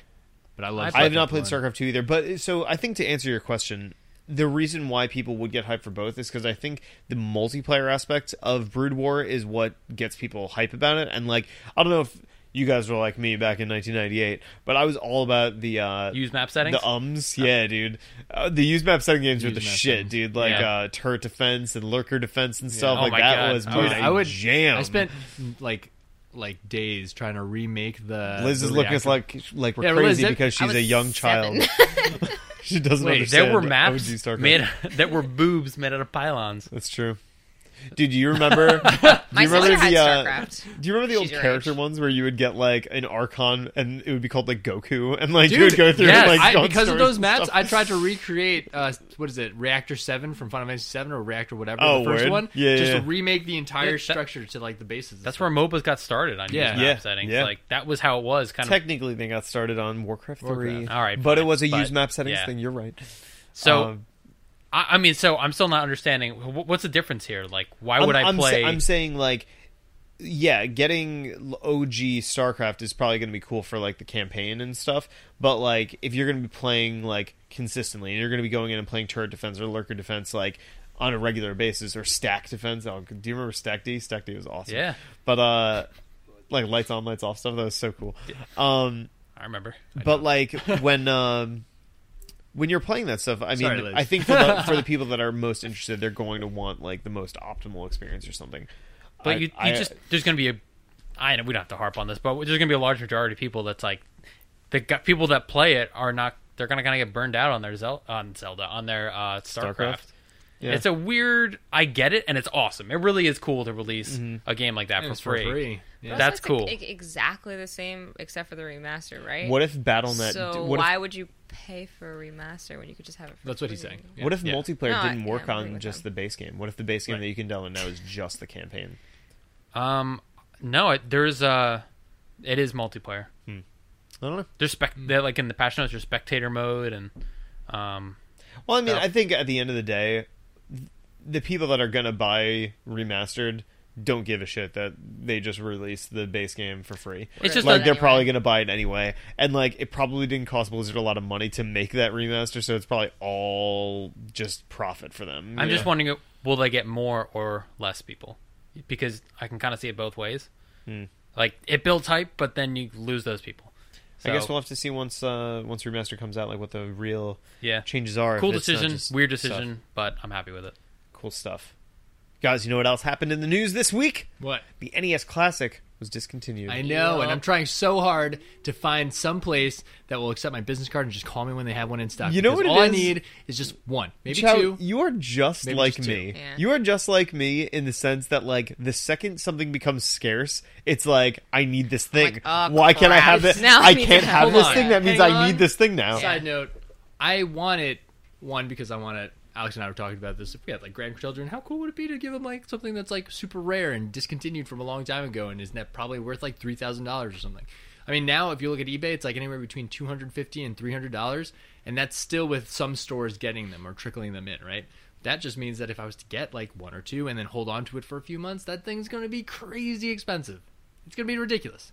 but I love.
I
I have not played
1.
StarCraft 2 either, but so I think to answer your question, the reason why people would get hyped for both is because I think the multiplayer aspect of Brood War is what gets people hype about it. And like, I don't know if you guys were like me back in 1998, but I was all about the uh,
Use map settings? Oh.
the ums, yeah, dude. Uh, the use map setting games were
Use
the
map
shit,
setting.
dude. Like
Yeah.
uh, turret defense and lurker defense and stuff
Oh
like
my
that
God.
was
Dude,
Dude,
my
I would
jam.
I spent like like days trying to remake
uh,
the.
Liz is
the
looking at us
reactor-
like like we're
Yeah, Liz,
crazy
that-
because
I
she's
was
a young
seven.
child. she doesn't
Wait,
understand.
there were
OG
maps
StarCraft.
made that were boobs made out of pylons.
That's true. Dude, do you remember? do
My
you remember
sister had
the? Uh,
StarCraft.
do you remember the
She's
old
your
character
age.
ones where you would get like an Archon and it would be called like Goku and like you
Dude,
would go through
yes,
and, like
I,
God
because of
stories
those
and
maps,
stuff.
I tried to recreate uh, what is it, Reactor Seven from Final Fantasy Seven or Reactor whatever
Oh,
the first
word.
one.
Yeah,
just
yeah,
to
yeah.
remake the entire
Yeah, that-
structure to like the bases.
That's where MOBAs got started on
Yeah.
use map
Yeah.
settings.
Yeah.
Like that was how it was kind of.
Technically, they got started on Warcraft three.
Warcraft.
All right,
but it
fine,
was a
but-
use map settings
yeah.
thing. You're right.
So
Um,
I, I mean, so I'm still not understanding wh- what's the difference here. Like, why would
I'm,
i
I'm sa-
play?
I'm saying like, yeah, getting l- OG StarCraft is probably going to be cool for like the campaign and stuff. But like, if you're going to be playing like consistently, and you're going to be going in and playing turret defense or lurker defense like on a regular basis or stack defense. Oh, do you remember Stack D? Stack D was awesome.
Yeah.
but uh, like lights on, lights off stuff. That was so cool. Um,
I remember.
but like when um when you're playing that stuff i mean
Sorry, Liz.
i think for the, for the people that are most interested they're going to want like the most optimal experience or something I-
But you, you
I-
just there's going to be a. I know we don't have to harp on this, but there's going to be a large majority of people that's like, the gu- people that play it are not. They're going to kind of get burned out on their Zel- on Zelda on their uh, StarCraft.
StarCraft? Yeah.
It's a weird. I get it, and it's awesome. It really is cool to release
Mm-hmm.
a game like that
And
for
it's for
free.
free. Yeah.
But
That's
it's like
cool.
e- exactly the same except for the remaster, right?
what if battlenet
so
what
why
if,
would you pay for a remaster when you could just have it? For
That's what he's
free?
saying.
what if
Yeah.
multiplayer
No, I-
didn't
yeah,
work
I'm agree
on
with
just
him.
the base game what if the base game
Right.
that you can download now is just the campaign
Um, no, it, there's uh, it is multiplayer.
i don't know
There's spec.
Mm.
They're like in the patch notes. There's spectator mode and um,
Well, I mean,
Yeah.
I think at the end of the day, th- the people that are going to buy remastered don't give a shit that they just released the base game for free.
It's just
like
a-
they're
Anyway.
probably going to buy it anyway, and like it probably didn't cost Blizzard a lot of money to make that remaster, so it's probably all just profit for them.
I'm
you
just
know?
wondering, uh, will they get more or less people? Because I can kind of see it both ways.
Mm.
Like it builds hype, but then you lose those people.
I guess
So,
we'll have to see once uh, once remaster comes out, like what the real
yeah.
changes are. if
Cool
it's not
decision,
just
weird
stuff.
decision, but I'm happy with it.
Cool stuff, guys. You know what else happened in the news this week?
What?
The NES Classic was discontinued.
I know, and
Yeah.
I'm trying so hard to find some place that will accept my business card and just call me when they have one in stock.
You know
because
what it
all I
is?
need is just one, maybe
Chow,
two.
You are just
Maybe
like
just two.
me.
Yeah.
You are just like me in the sense that, like, the second something becomes scarce, it's like I need this thing.
like, "Oh,
Why can't I
crap.
have this?
Now I
I
need
can't
to
have
have
this
one.
thing. That
Yeah.
means
Hang
I need
on.
this thing now.
Side note, I want it one because I want it. Alex and I were talking about this. If we had like grandchildren, how cool would it be to give them like something that's like super rare and discontinued from a long time ago, and isn't that probably worth like three thousand dollars or something? I mean, now if you look at eBay, it's like anywhere between two hundred fifty and three hundred dollars, and that's still with some stores getting them or trickling them in, right? That just means that if I was to get like one or two and then hold on to it for a few months, that thing's going to be crazy expensive. It's going to be ridiculous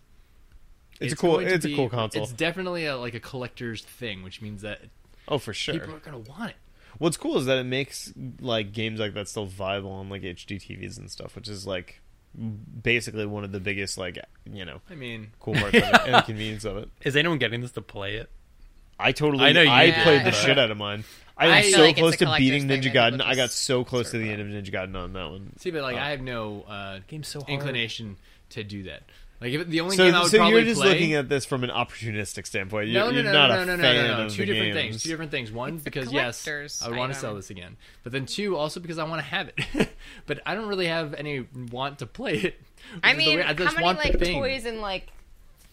It's, a cool.
going to
It's a
be-
cool console.
It's definitely a, like a collector's thing, which means that
Oh, for sure.
people are gonna want it.
What's cool is that it makes like games like that still viable on like HD TVs and stuff, which is like basically one of the biggest like you know
I mean,
cool parts of it and the convenience of it.
Is anyone getting this to play it?
I totally. I
I know you
I
did,
played the
but-
shit out of mine. I am
I feel
so
like it's
close
a
to beating
collector's
Ninja
thing that
Gaiden.
people
I got
just
so close to the
sort
end of Ninja Gaiden on that one.
see, but like
Oh.
I have no uh,
Game's so hard.
inclination to do that. Like if, the only
So,
game I would
so
probably
you're just
play.
looking at this from an opportunistic standpoint. You're,
no, no,
you're
no,
not
no,
a
no, no,
fan
no, no, no.
of
Two
the
different
games.
things. Two different things. One
a
because yes,
collector's
I would want to
item.
sell this again. But then two, also because I want to have it. but I don't really have any want to play it. which
I
is the
mean,
weird- I
how
just
many
want the
like
thing.
toys and like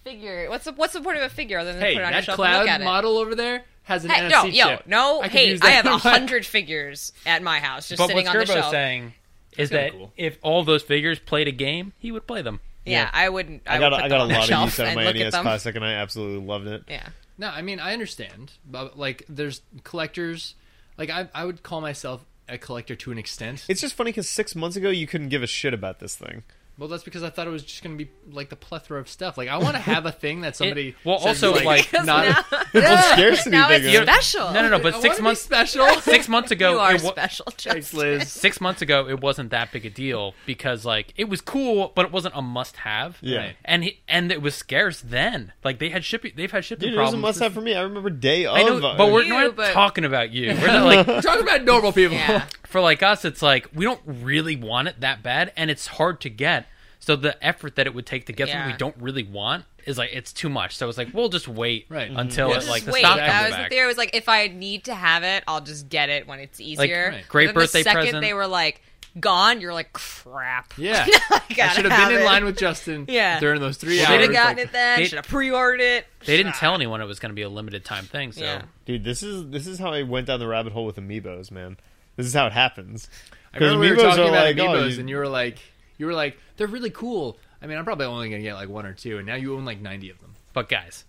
figure? What's the what's the point of a figure other than to
Hey,
put it on
that
your shelf and look
cloud
at it?
model over there has an
Hey,
NFC
no, yo,
chip.
no,
I could
hey,
use
I
that
have a
on my-
hundred figures at my house just
But
sitting
what
on the
Gerbo's
shelf.
saying is
kinda
that
cool.
if all those figures played a game, he would play them.
yeah,
Yeah.
I wouldn't. I,
I got,
would put
I
them
got a
on the
lot of
shelf
use out of
and
my
look at
NES
them.
Classic, and I absolutely loved it.
Yeah,
No, I mean I understand, but like there's collectors. Like I, I would call myself a collector to an extent.
It's just funny because six months ago you couldn't give a shit about this thing.
Well, that's because I thought it was just gonna be like the plethora of stuff. Like I want to have a thing that somebody.
well,
says,
also, like,
not.
Well, scarcity
now it's
bigger.
special.
No, no, no.
I
But
wanna
six
be
months,
special.
six months ago,
you are
it wa-
special.
Thanks,
Justin.
Liz.
six months ago, it wasn't that big a deal because like it was cool, but it wasn't a must-have.
Yeah.
Right.
and he, and it was scarce then. Like they had shipping, they've had shipping
Dude, it was a
problems.
must have for me. I remember day of.
I know,
uh,
but we're
You,
not
but-
talking about you. We're not like
Talk about normal people.
Yeah.
for like us, it's like we don't really want it that bad, and it's hard to get. So the effort that it would take to get
Yeah.
something we don't really want is like it's too much. So it's like we'll just wait
Right.
until
Yeah,
Mm-hmm.
it
just
like the
wait.
stock
that
comes
was the
back.
theory. Was like, if I need to have it, I'll just get it when it's easier.
right.
But
Great
then
birthday
the second
present.
They were like gone. You're like crap.
Yeah.
I,
I
gotta
should have been
it.
in line with Justin.
Yeah.
During those three
Well,
hours.
Should
they
have
didn't-
like,
gotten it then.
they-
Should have pre-ordered it.
They didn't tell anyone it was going to be a limited time thing. So
Yeah.
Dude, this is this is how I went down the rabbit hole with amiibos, man. This is how it happens.
I remember we were
Amiibos
talking
are
about
like, oh,
amiibos,
you-
and you were like, you were like, they're really cool. I mean, I'm probably only gonna get like one or two, and now you own like 90 of them.
But guys,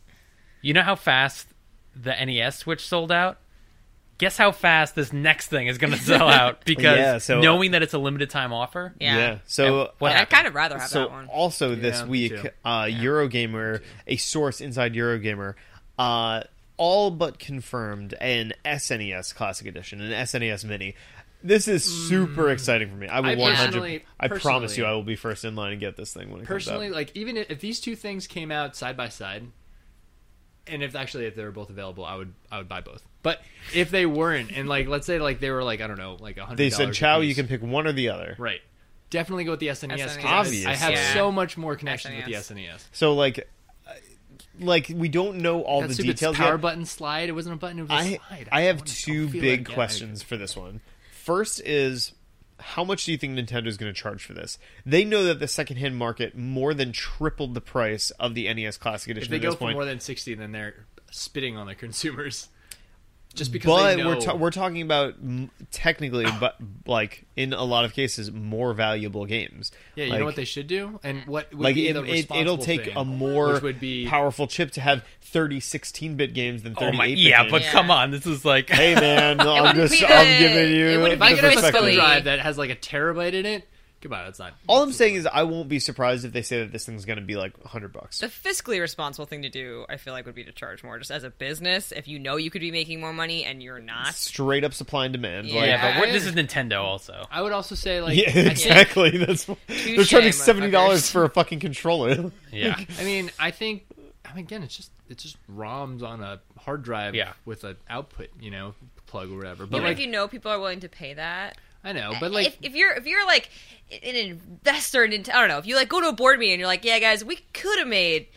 you know how fast the NES Switch sold out? Guess how fast this next thing is going to sell out because
Yeah, so-
knowing that it's a limited time offer.
Yeah.
So
And what
uh,
Yeah, I'd kind of rather have
so
that one.
also this
Yeah, me
week,
too.
uh, Eurogamer, a source inside Eurogamer, uh, all but confirmed an SNES Classic Edition, an SNES Mini. This is super
Mm.
exciting for me. I
I
will one hundred.
personally-
I promise
personally-
you, I will be first in line and get this thing when it
personally
comes out.
like even if, if these two things came out side by side and if actually if they were both available i would i would buy both but if they weren't and like let's say like they were like i don't know like a hundred
They said,
dollars
"Chow,
apiece,"
you can pick one or the other."
right definitely go with the snes, 'cause
SNES.
I- i have
Obviously.
so much more connections with the E
SNES.
snes
So like, uh, like we don't know all
that
the
stupid
details
power
yet.
button slide it wasn't a button it was a
I,
slide
I have
wanna go
two
feel it
big
again.
questions for this one. First is how much do you think Nintendo's going to charge for this? They know that the secondhand market more than tripled the price of the NES Classic
if
Edition
they
at this
go for
point.
more than 60 then they're spitting on their consumers just because
but
they know
we're ta- we're talking about m- technically, but like in a lot of cases, more valuable games.
yeah you
Like-
know what they should do and what would
like
be
it,
the
it, it'll
responsible
take
thing,
a more
which would be
powerful chip to have 30 16-bit games than 38
Oh my, yeah, but
Yeah.
come on, this is like
hey man, I'm
wouldn't
just
be
I'm
the-
giving
it
you
wouldn't
If I
the
be
could have a thumb
perspective.
Respectfully.
drive that has like a terabyte in it, Goodbye. That's not.
All I'm saying is I won't be surprised if they say that this thing's going to be like 100 bucks.
The fiscally responsible thing to do, I feel like, would be to charge more. Just as a business, if you know you could be making more money and you're not,
Straight up supply and demand.
Yeah.
Like,
Yeah, but
I-
what, this is Nintendo also.
I would also say like.
yeah,
I think-
exactly. That's why- they're charging seventy dollars
motherfuckers.
for a fucking controller.
Yeah.
I mean, I think. I mean, again, it's just it's just ROMs on a hard drive
Yeah.
with an output, you know, plug or whatever. But
even
like,
if you know people are willing to pay that.
I know, but like,
if, if you're if you're like an investor in, I don't know, if you like go to a board meeting and you're like, yeah, guys, we could have made,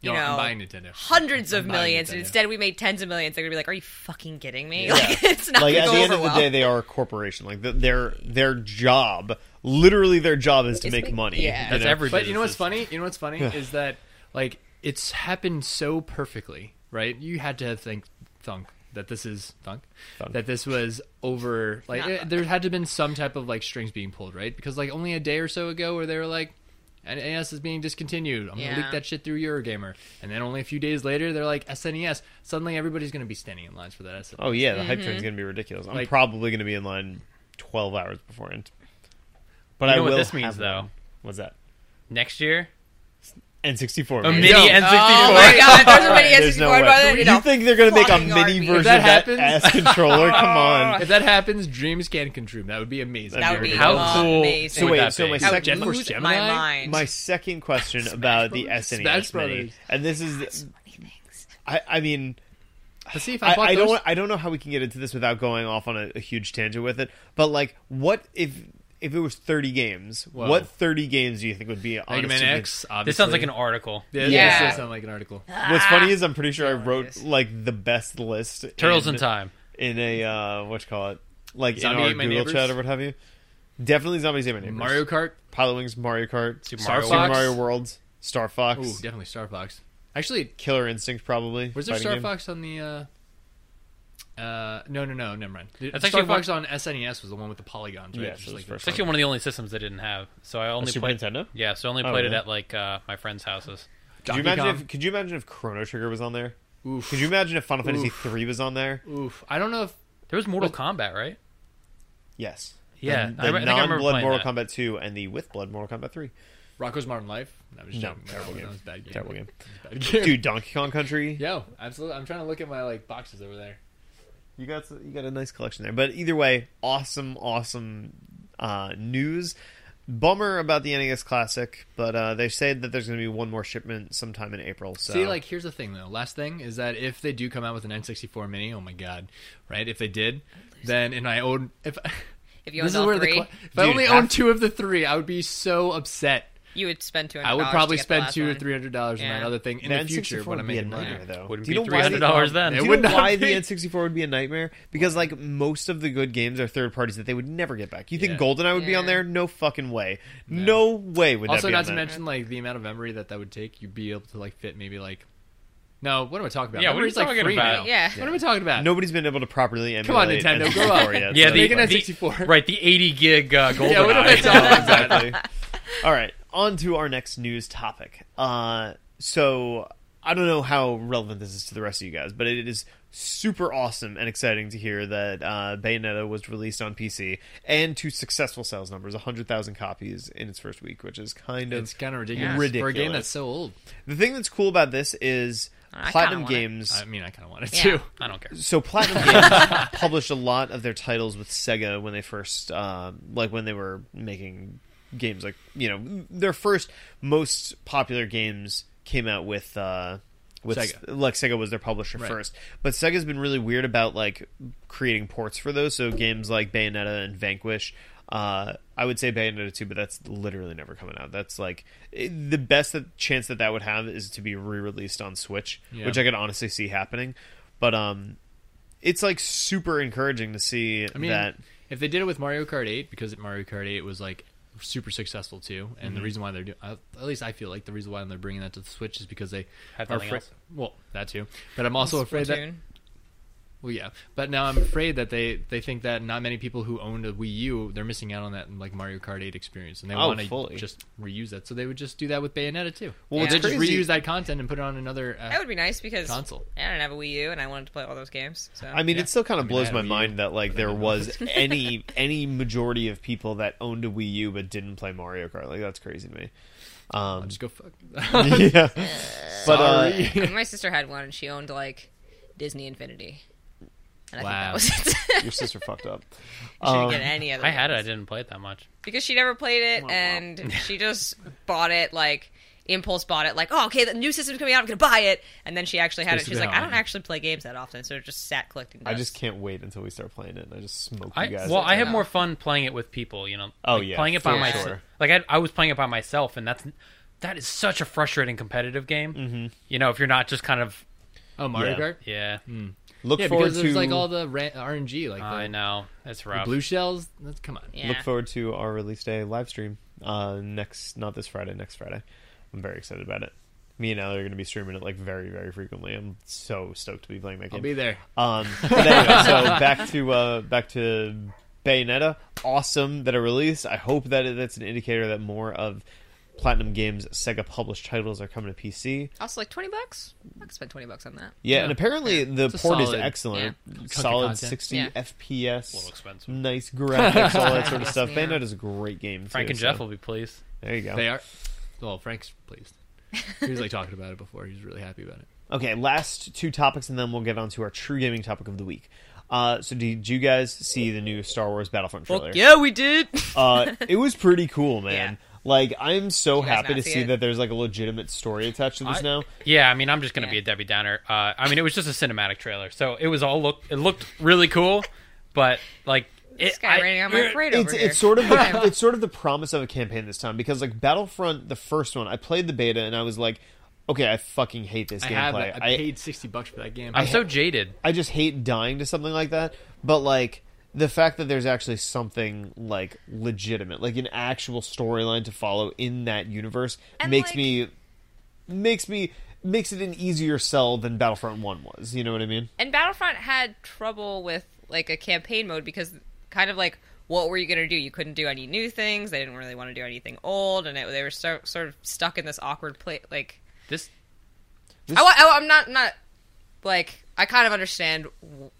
you
you know,
know,
I'm buying Nintendo.
hundreds of
I'm buying
millions, and
Nintendo.
instead we made tens of millions. They're gonna be like, "Are you fucking kidding me?" Like it's not
like
gonna
at
go
the end
over
of the
well.
day, they are a corporation. Like the, their their job, literally their job is to
Is
make
make-
money.
yeah.
you
That's
know?
every
But you know what's
business.
funny? You know what's funny is that like it's happened so perfectly, right? You had to think thunk that this is thunk,
Thunk.
that this was over. Like
Not
eh,
thunk.
there had to have been some type of like strings being pulled, right? Because like only a day or so ago, where they were like. NES is being discontinued. I'm gonna
Yeah.
leak that shit through Eurogamer, and then only a few days later, they're like SNES. Suddenly, everybody's gonna be standing in lines for that E SNES.
Oh yeah, the
Mm-hmm.
hype train's gonna be ridiculous. I'm
Like-
probably gonna be in line twelve hours beforehand. But
You
I
know what
will
this means,
have
though?
one. What's that?
Next year,
N64.
a
man.
mini
Yo.
N64.
Oh my god, if there's a mini
There's
SSD
no
board,
way.
brother,
you
you know,
think they're gonna make a
fucking
mini
RV.
version
If that
of
happens-
that ass controller? Come on.
If that happens, dreams can consume. That would be amazing.
that would be
How
amazing.
cool-
So
Would
wait,
that
so
be?
my
I
How
would
second
Jet Force
lose
Gemini?
my mind.
My second question about the
Brothers?
SNES
Smash
Mini,
Brothers.
and this is, I, I mean,
Let's see if I,
I,
bought
I
those-
don't, I don't know how we can get into this without going off on a, a huge tangent with it. But like, what if if it was thirty games?
Whoa.
What thirty games do you think would be on?
Mega
a
Man
Super-
X. Obviously.
This sounds like an article.
Yeah,
Yeah.
This does sound like an article.
What's funny is I'm pretty sure I wrote
Hilarious.
like the best list.
Turtles
in,
in Time.
in a uh, what you call it, like
Zombie
in our
Ate My
Google
Neighbors?
chat or what have you. Definitely zombies ate my neighbors.
Mario Kart.
Pilot Wings, Mario Kart,
Super
Star
Mario
Fox.
Super Mario World, Star
Ooh,
Fox,
definitely Star Fox. Actually,
Killer Instinct probably.
was there
fighting
Star
game.
Fox on the? uh uh, no, no, no, never mind. The-
That's
Star
actually one-
Fox on SNES was the one with the polygons, right?
Yeah,
Just
so
like
it was
It's
the-
actually one of the only systems I didn't have, so I only
Oh, Super
played
Nintendo?
Yeah, so I only
Oh,
played it
really?
at like uh, my friends' houses.
Could you
Donkey
imagine
Kong.
if, could you imagine if Chrono Trigger was on there?
Oof.
Could you imagine if Final Fantasy
Oof.
three was on there?
Oof. I don't know if
There was Mortal Kombat, right?
Yes.
Yeah,
The,
I re- I
the
think I remember
non-blood
playing
Mortal
that.
Kombat two and the with blood Mortal Kombat three.
Rocco's Modern Life. That was
No,
joking.
terrible
That
game.
was a bad game.
Terrible game.
Bad game.
Dude, Donkey Kong Country.
Yo, absolutely. I'm trying to look at my like boxes over there.
You got s- you got a nice collection there. But either way, awesome, awesome uh, news. Bummer about the NES Classic, but uh, they said that there's going to be one more shipment sometime in April. So
See, like, here's the thing, though. Last thing is that if they do come out with an N64 Mini, oh my god, right? If they did, then and I own if
If you
this is
owned all
where the
three,
cla- if I
Dude,
only
half-
owned two of the three, I would be so upset.
you would spend two hundred.
I would probably spend two
one.
or three hundred dollars on
Yeah.
that other thing in
The
the future when
N64 would
I'm
be a
making money.
nightmare, though.
Wouldn't
Do you
be
know why they-
$300 then.
Do
It
you
would
know
not
why
be.
the N64 would be a nightmare? Because like most of the good games are third parties that they would never get back. You think
Yeah.
GoldenEye would be
Yeah.
on there? No fucking way. No way would that
Also,
be
not
on
to
that.
mention like the amount of memory that that would take. You'd be able to like fit maybe like. No, what am I talking about?
Yeah, what are
Memory's,
you talking
like, free
about?
now.
Yeah.
What am I talking about?
Nobody's been able to properly emulate
Come on, Nintendo, grow up.
N64 yet,
Yeah,
so-
the,
Make an
the-
N64.
right, the 80 gig uh, golden
Yeah, what am I talking about?
exactly. All right, on to our next news topic. Uh, so I don't know how relevant this is to the rest of you guys, but it is super awesome and exciting to hear that uh, Bayonetta was released on PC and to successful sales numbers, hundred thousand copies in its first week, which is kind of
It's kind of ridiculous. for a game
Ridiculous.
that's so old.
the thing that's cool about this is
I kinda
Platinum
want it.
Games
I mean, I kind of wanted
Yeah.
to.
I don't care.
so Platinum Games published a lot of their titles with Sega when they first, um, like when they were making games. Like you know, their first most popular games came out with uh, with
Sega.
like Sega was their publisher
Right.
first. But Sega's been really weird about like creating ports for those. So games like Bayonetta and Vanquish. Uh, I would say Bayonetta 2, but that's literally never coming out. That's like it, the best that, chance that that would have is to be re-released on Switch,
Yeah.
which I could honestly see happening. But um, it's like super encouraging to see
I mean,
that.
if they did it with Mario Kart 8, because Mario Kart 8 was like super successful too, and the reason why they're doing, uh, at least I feel like the reason why they're bringing that to the Switch is because they
Had
are
nothing
afraid.
else.
Well, that too, but I'm also afraid that
Splatoon.
Well, yeah, but now I'm afraid that they they think that not many people who owned a Wii U they're missing out on that like Mario Kart 8 experience, and they
Oh,
want
fully.
to just reuse that. So they would just do that with Bayonetta too.
Well,
Well,
what's
they just
crazy-
reuse that content and put it on another. Uh,
That would be nice because
Console.
I don't have a Wii U and I wanted to play all those games. So
I mean,
Yeah.
it still kind
I
of
mean,
blows
I
my
had a Wii U,
mind that like there
didn't
was any any majority of people that owned a Wii U but didn't play Mario Kart. Like that's crazy to me. Um,
just go fuck.
yeah, but uh,
Sorry.
my sister had one and she owned like Disney Infinity. And I
Wow.
think that was it.
your sister fucked up.
she didn't
Um,
get any other.
I had it. I
ones.
didn't play it that much.
because she never played it and she just bought it like impulse bought it like oh okay the new system's coming out i'm gonna buy it and then she actually had it
Basically
she's like
how
i
I
don't
am.
actually play games that often so it just sat collecting
I
dust.
just can't wait until we start playing it and I just smoke
I
you guys.
well, I have
Yeah.
more fun playing it with people. You know,
Oh,
Like,
yeah,
playing it by
for
myself.
sure.
Like I, I was playing it by myself, and that's that is such a frustrating competitive game. Mm-hmm. You know, if you're not just kind of
Oh, Mario
Yeah.
Kart.
yeah,
Mm-hmm.
look
Yeah,
forward
because
to
there's like all the ran- RNG, like
I
the,
know that's
the
rough.
blue shells. That's come on.
yeah.
look forward to our release day live stream uh, next, not this Friday, next Friday. I'm very excited about it. Me and Allie are going to be streaming it like very, very frequently. I'm so stoked to be playing that game.
I'll be there.
Um, but anyway, so back to uh, back to Bayonetta. Awesome that it released. I hope that it, that's an indicator that more of Platinum Games Sega published titles are coming to PC.
also like 20 bucks i could spend 20 bucks on that
Yeah, and apparently the
It's a
port
solid-
is excellent.
of
Solid
content.
60
Yeah.
FPS.
little expensive.
Nice graphics, all that sort of
Yes,
stuff.
yeah.
Bayonetta's a great game. too,
Frank and
so
Jeff will be pleased.
There you go.
They are. Well, Frank's pleased. He was like talking about it before. He was really happy about it.
Okay, last two topics, and then we'll get on to our true gaming topic of the week. Uh, so, did you guys see the new Star Wars Battlefront trailer?
yeah we did
uh, it was pretty cool, man. Like I'm so
guys
happy
not
to
see
see
it?
that there's like a legitimate story attached to this
I-
now.
Yeah, I mean, I'm just gonna
Yeah.
be a Debbie Downer. Uh, I mean, it was just a cinematic trailer, so it was all look. It looked really cool, but like it,
this guy riding on my parade over
It's
here.
it's sort of the,
Okay.
it's sort of the promise of a campaign this time because like Battlefront, the first one, I played the beta and I was like, okay, I fucking hate this
I have.
gameplay.
I, paid sixty bucks for that game.
I'm so jaded.
I just hate dying to something like that. But like the fact that there's actually something like legitimate, like an actual storyline to follow in that universe,
And,
makes
like-
me makes me makes it an easier sell than Battlefront One was. You know what I mean?
and battlefront had trouble with like a campaign mode because kind of like what were you going to do you couldn't do any new things they didn't really want to do anything old and it, they were so, sort of stuck in this awkward place like
This
I, wa- I, am not not like I kind of understand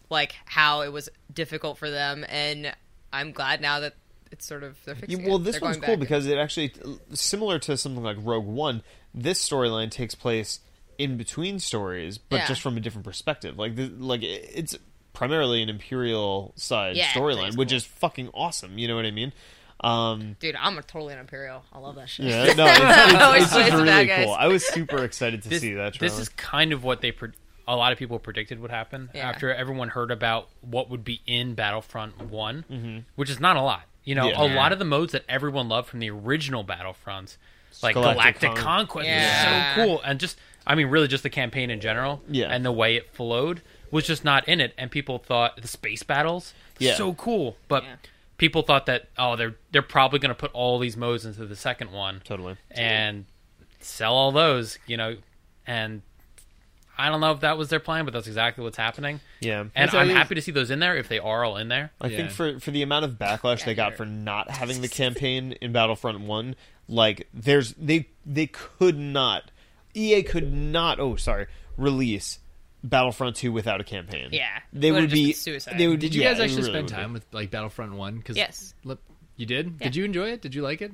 like how it was difficult for them, and I'm glad now that it's sort of they're
You-
fixing.
well,
it.
this
They're
one's
going
cool
back.
because it actually similar to something like Rogue One. This storyline takes place in between stories, but
Yeah.
just from a different perspective. Like, the, like it- it's primarily an Imperial side
Yeah, that
storyline,
is
which
cool.
is fucking awesome. You know what I mean? Um,
dude, I'm a totally an imperial. I love that shit.
yeah, no, it's, it's,
Always
it's just
plays the bad
really
guys.
cool. I was super excited to
this,
see that. Trailer.
this is kind of what they pre- a lot of people predicted would happen
Yeah.
after everyone heard about what would be in Battlefront One, which is not a lot. You know,
Mm-hmm. Yeah.
a lot of the modes that everyone loved from the original Battlefronts, like
Galactic
Galactic,
Con-
Conquest,
Yeah.
was so cool, and just I mean, really, just the campaign in general,
Yeah.
and the way it flowed was just not in it, and people thought the space battles,
Yeah.
so cool, but.
Yeah.
People thought that oh they're they're probably going to put all these modes into the second one,
totally.
and sell all those, you know, and I don't know if that was their plan, but that's exactly what's happening.
Yeah,
And
That's
I'm
always-
happy to see those in there if they are all in there.
I
Yeah.
think for for the amount of backlash they got
you're-
for not having the campaign in Battlefront One, like there's they they could not EA could not oh sorry release Battlefront Two without a campaign.
Yeah.
they
It
would
would've just
be
been suicide.
They would.
Did you
yeah,
guys
it
actually
really
spend
would be.
time with like Battlefront One? Cause
Yes.
Lip- you did. Did you enjoy it? Did you like it?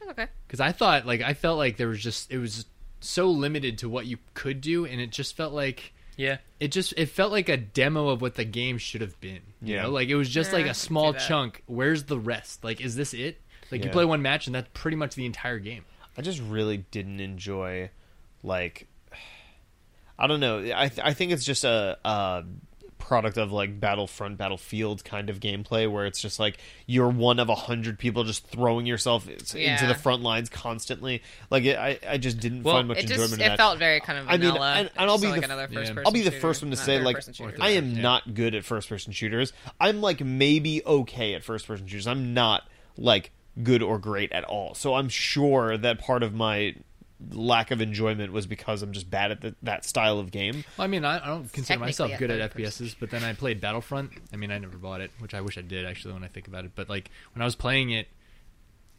That's okay.
Because I thought like I felt like there was just it was so limited to what you could do, and it just felt like
Yeah.
it just it felt like a demo of what the game should have been. You
Yeah.
know, like it was just
Yeah, I
like
can
a
see
small
that.
chunk. Where's the rest? Like, is this it? Like
Yeah.
you play one match and that's pretty much the entire game.
I just really didn't enjoy, like, I don't know. I th- I think it's just a, a product of like Battlefront, Battlefield kind of gameplay where it's just like you're one of a hundred people just throwing yourself i- into
Yeah.
the front lines constantly. Like, it, I I just didn't
Well,
find much
It
enjoyment
just
in that.
it felt very kind of
I mean,
vanilla.
and-
It's
and I'll
just
be
like
the-
another
yeah.
first
I'll be the
person
first one to
shooter,
say
not
like
third-person shooter.
I am
Yeah.
not good at first person shooters. I'm like maybe okay at first person shooters. I'm not like good or great at all. So I'm sure that part of my lack of enjoyment was because I'm just bad at the, that style of game.
Well, I mean, I, I don't consider myself
technically
good
a
at
third person.
FPSs, but then I played Battlefront. I mean, I never bought it, which I wish I did actually when I think about it. But like when I was playing it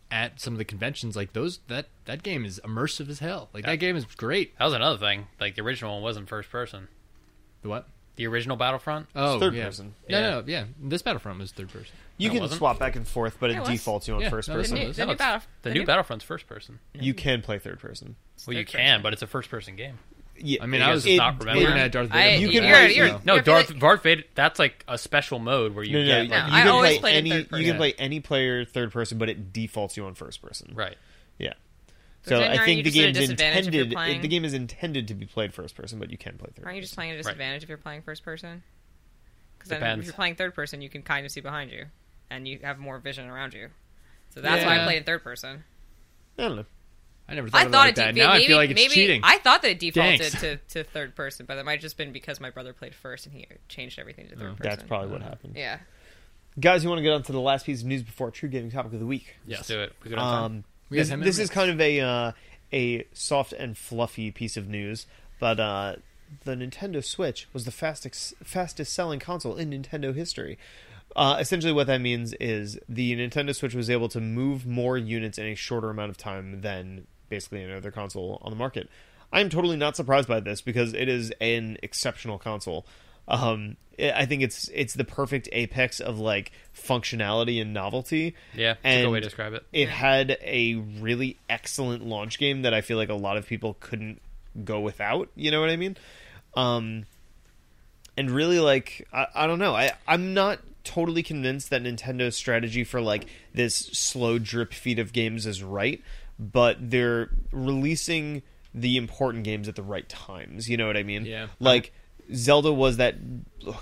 at some of the conventions, like those that that game is immersive as hell. Like that game is great.
That was another thing. Like the original one wasn't first person.
The what?
The original Battlefront.
Oh,
third
yeah.
person.
No,
Yeah.
no, yeah. This Battlefront was third person.
You
No, it
can
wasn't.
swap back and forth, but it,
It was.
defaults you on
Yeah,
first
no, it
person.
new-
was.
the
No,
new
it's-
Battlef-
the
the
new
new-
Battlefront's first person.
You can play third person.
Well, you
third
can,
person.
but it's a first person game.
Yeah,
I mean,
You
I
guys
was
just
just
not remembering.
looking at Darth Vader.
I,
for
You
the
can
longest time.
play-
you're, you're,
No,
No,
you're
Darth
feeling-
Darth Vader. That's like a special mode where you
No, no,
get
no.
like
No,
you
you
I
can
always
play
played in
any.
third
You can
person.
play any player third person, but it defaults you on first person.
right.
Yeah.
So
So
then
I
aren't
think
you
the
just at a
game's
disadvantage if you're
intended.
playing-
the game is intended to be played first person, but you can play third.
Aren't you just playing at a disadvantage if you're playing first person? Because then
Depends.
if you're playing third person, you can kind of see behind you, and you have more vision around you. So that's why
Yeah.
I played in third person.
I don't know.
I never thought,
I thought
about
it
that.
defaulted.
Now
maybe,
I feel like it's
maybe
cheating.
I thought that it defaulted
Thanks.
to, to third person, but that might have just been because my brother played first and he changed everything to third
Mm,
person. Uh,
That's probably what happened.
yeah.
Guys, you want to get on to the last piece of news before our true gaming topic of the week?
Let's
Yes.
do it. We good on time.
Um,
We got
this,
10
this is
minutes.
kind of a uh, a soft and fluffy piece of news, but uh, the Nintendo Switch was the fastest fastest selling console in Nintendo history. Uh, essentially, what that means is the Nintendo Switch was able to move more units in a shorter amount of time than basically any other console on the market. I'm totally not surprised by this because it is an exceptional console. Um, I I think it's it's the perfect apex of like functionality and novelty.
Yeah, it's a good
and
way to describe it.
it had a really excellent launch game that I feel like a lot of people couldn't go without. You know what I mean? Um, and really, like, I, I don't know. I, I'm not totally convinced that Nintendo's strategy for, like, this slow drip feed of games is right, but they're releasing the important games at the right times. You know what I mean?
Yeah.
Like, Zelda was that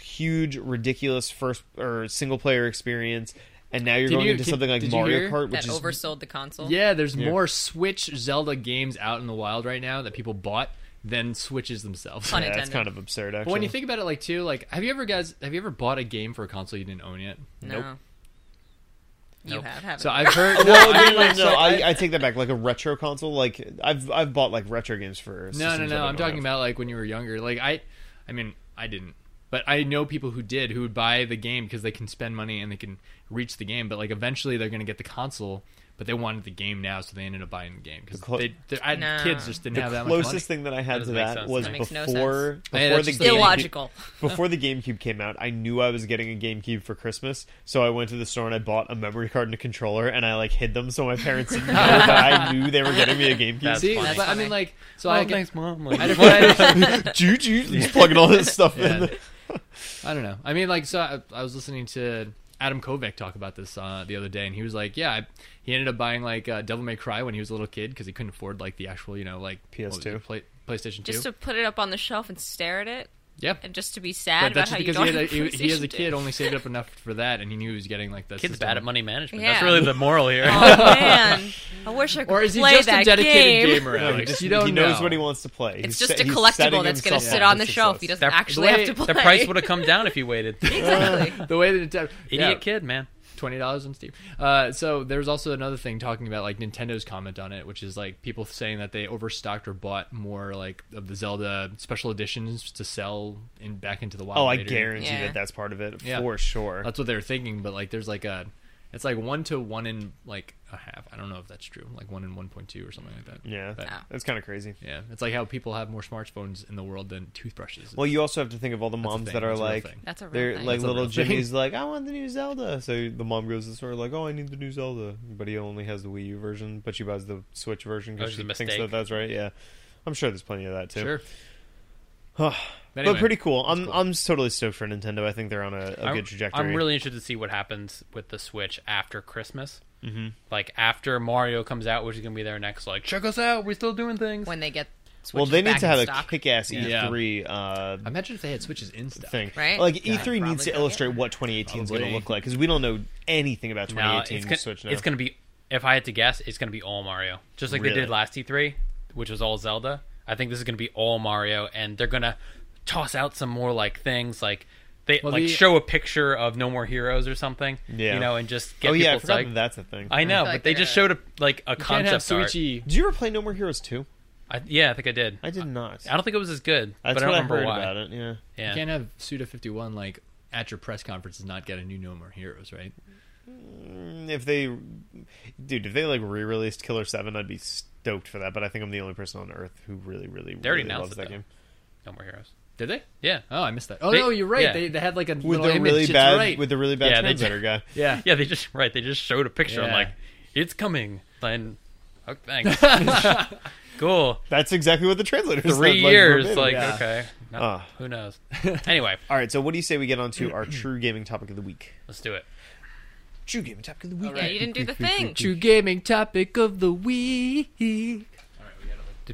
huge, ridiculous first or single player experience, and now you're
Did
going
you-
into
did-
something like
did you
Mario
hear
Kart, which
That
is
oversold the console.
Yeah, there's more Switch Zelda games out in the wild right now that people bought than Switches themselves.
Pun
yeah, that's
intended.
kind of absurd. Actually,
But when you think about it, like too, like have you ever guys have you ever bought a game for a console you didn't own yet?
No.
Nope.
You
Nope.
have, haven't
So
you?
I've heard. no,
no,
I
no,
mean,
Oh, no,
like, so-
no, I, I take that back. Like a retro console, like I've I've bought like retro games for.
no, no,
systems that
no.
I
I'm
don't
talking
have.
about like when you were younger. Like I, I mean, I didn't, but I know people who did who would buy the game because they can spend money and they can reach the game. But like eventually they're gonna get the console, but they wanted the game now, so they ended up buying the game because
The clo-
they, they- I,
No.
kids just didn't have
the
that much money.
closest thing that I had to
doesn't make
that
sense.
was
That
makes no
before
Hey,
before
that's
the
just
GameCube-
illogical.
before the GameCube came out, I knew I was getting a GameCube for Christmas, so I went to the store and I bought a memory card and a controller, and I like hid them so my parents didn't know that I knew they were getting me a GameCube.
That's
See,
funny.
but I mean, like, so I,
Oh,
can-
thanks, mom.
I
Like,
don't- I don't-
Juju, he's plugging all this stuff in.
Yeah. I don't know. I mean, like, so I, I was listening to Adam Kovac talk about this uh, the other day, and he was like, "Yeah, I, he ended up buying like uh, Devil May Cry when he was a little kid because he couldn't afford like the actual, you know, like what was
PS2.
it, Play, PlayStation Two.
just to put it up on the shelf and stare at it
yeah,
and just to be sad
but
about
that's
how
just
you
because
don't
he, had a,
have
he, he as a
PlayStation
kid
two.
only saved up enough for that, and he knew he was getting like the
kids
system.
bad at money management. That's
Yeah.
really the moral here.
Oh man, I wish I could
Or is he
play
just
that
a dedicated
game.
gamer?
No, he,
Alex?
just,
you don't
he knows
know.
what he wants to play.
It's
He's
just
se-
a
he's
collectible
setting
that's going to
himself
sit
up
on
for
the shelf.
success.
He doesn't
That-
actually
the way-
have to play.
That price would have come down if you waited.
exactly.
the way that it
Idiot
yeah.
kid, man.
twenty dollars on Steam. Uh, so there's also another thing talking about like Nintendo's comment on it, which is like people saying that they overstocked or bought more like of the Zelda special editions to sell in back into the wild.
Oh, I
later.
guarantee
Yeah.
that that's part of it
Yeah.
for sure.
That's what they were thinking, but like there's like a, it's like one to one in like a half. I don't know if that's true, like one in one point two or something like that.
yeah,
But,
Wow.
that's kind of crazy.
yeah, it's like how people have more smartphones in the world than toothbrushes.
Well, you also have to think of all the
a
moms
thing.
that are
That's a real
like,
thing.
That's a real
they're
thing.
like
That's a
little
real thing.
Jimmy's like, I want the new Zelda. So the mom goes to the store like, oh, I need the new Zelda, but he only has the Wii U version, but she buys the Switch version
That
Oh,
because
was
she
a
thinks that
mistake.
that's right. Yeah, I'm sure there's plenty of that too.
sure.
But
But anyway,
but pretty cool. I'm
cool.
I'm totally stoked for Nintendo. I think they're on a, a
I'm-
good trajectory.
I'm really interested to see what happens with the Switch after Christmas. Mm-hmm. Like after Mario comes out, which is going to be their next. Like, check us out. We're still doing things.
when they get
well. They
Switches
need
back
to
in
have a
stock.
kick-ass
Yeah.
E3 uh,
Imagine if they had switches in stock.
thing,
Right?
Like
Yeah.
E3 needs
Probably
to
not.
illustrate what 2018 is going to
Probably.
look like because we don't know anything about
no,
2018
it's gonna,
Switch now.
it's going to be. If I had to guess, it's going to be all Mario, just like they
Really?
did last E3, which was all Zelda. I think this is going to be all Mario, and they're going to toss out some more like things like. They
Well,
like
the-
show a picture of No More Heroes or something,
Yeah.
you know, and just get
oh yeah, I
people
forgot
psyched.
that that's a thing.
I know,
feel
but
like
they
they're
just
gonna-
showed a, like a
Can't have
concept art.
Switchy.
Did you ever play No More Heroes 2?
I, yeah, I think I did.
I did not.
I don't think it was as good,
That's
but
what
I don't
I
remember
heard
why.
about it. Yeah.
Yeah.
You can't have Suda 51 like at your press conference and not get a new No More Heroes, right?
Mm, If they, dude, if they like re-released Killer Seven, I'd be stoked for that. But I think I'm the only person on Earth who really, really,
They
really
already announced
loves
it,
that
though.
game
No more heroes.
Did they?
Yeah.
Oh, I missed that. Oh
They-
no, you're right.
yeah.
They, they had like a
with
little
the
image.
really
It's
bad,
right.
with the really bad
Yeah, they
translator guy.
yeah.
Yeah, they just right. They just showed a picture. I'm
Yeah.
like, it's coming. And oh, thanks. cool.
That's exactly what the translator said.
Three
like,
years.
verbatim.
Like,
yeah.
okay. No,
Ah.
Who knows? Anyway,
All right, so what do you say we get on to our true gaming topic of the week?
let's do it.
True gaming topic of the week.
Yeah, you didn't do the thing.
True gaming topic of the week. It's
Do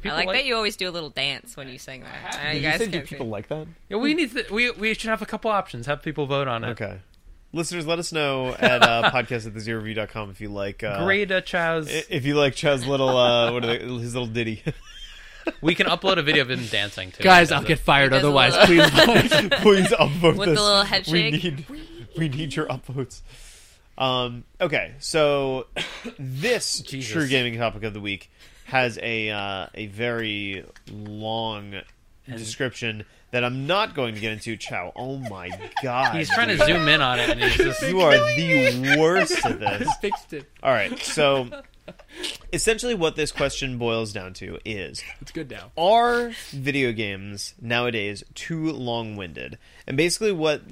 I
people
like that you always do a little dance when you sing that. I know you
Did you
guys
say do
can't
people
see.
like that?
Yeah, we need. To, we we should have a couple options. Have people vote on it.
Okay. Listeners, let us know at uh, podcast at the zero review.com if you like uh,
Great, uh, Chaz.
i- if you like Chow's little uh, what are they, his little ditty.
we can upload a video of him dancing too.
Guys,
He does
I'll
it.
get fired
He does a
otherwise.
little-
Please.
Please
With
upvote
the
this.
little head
we
shake.
need we need your upvotes. Um, okay, so this
Jesus.
true gaming topic of the week has a uh, a very long description that I'm not going to get into. Chow, oh my god,
He's trying to
dude.
zoom in on it, and he's just
You are the worst at this.
fixed it.
All right, so essentially, what this question boils down to is:
It's good now.
Are video games nowadays too long-winded? And basically, what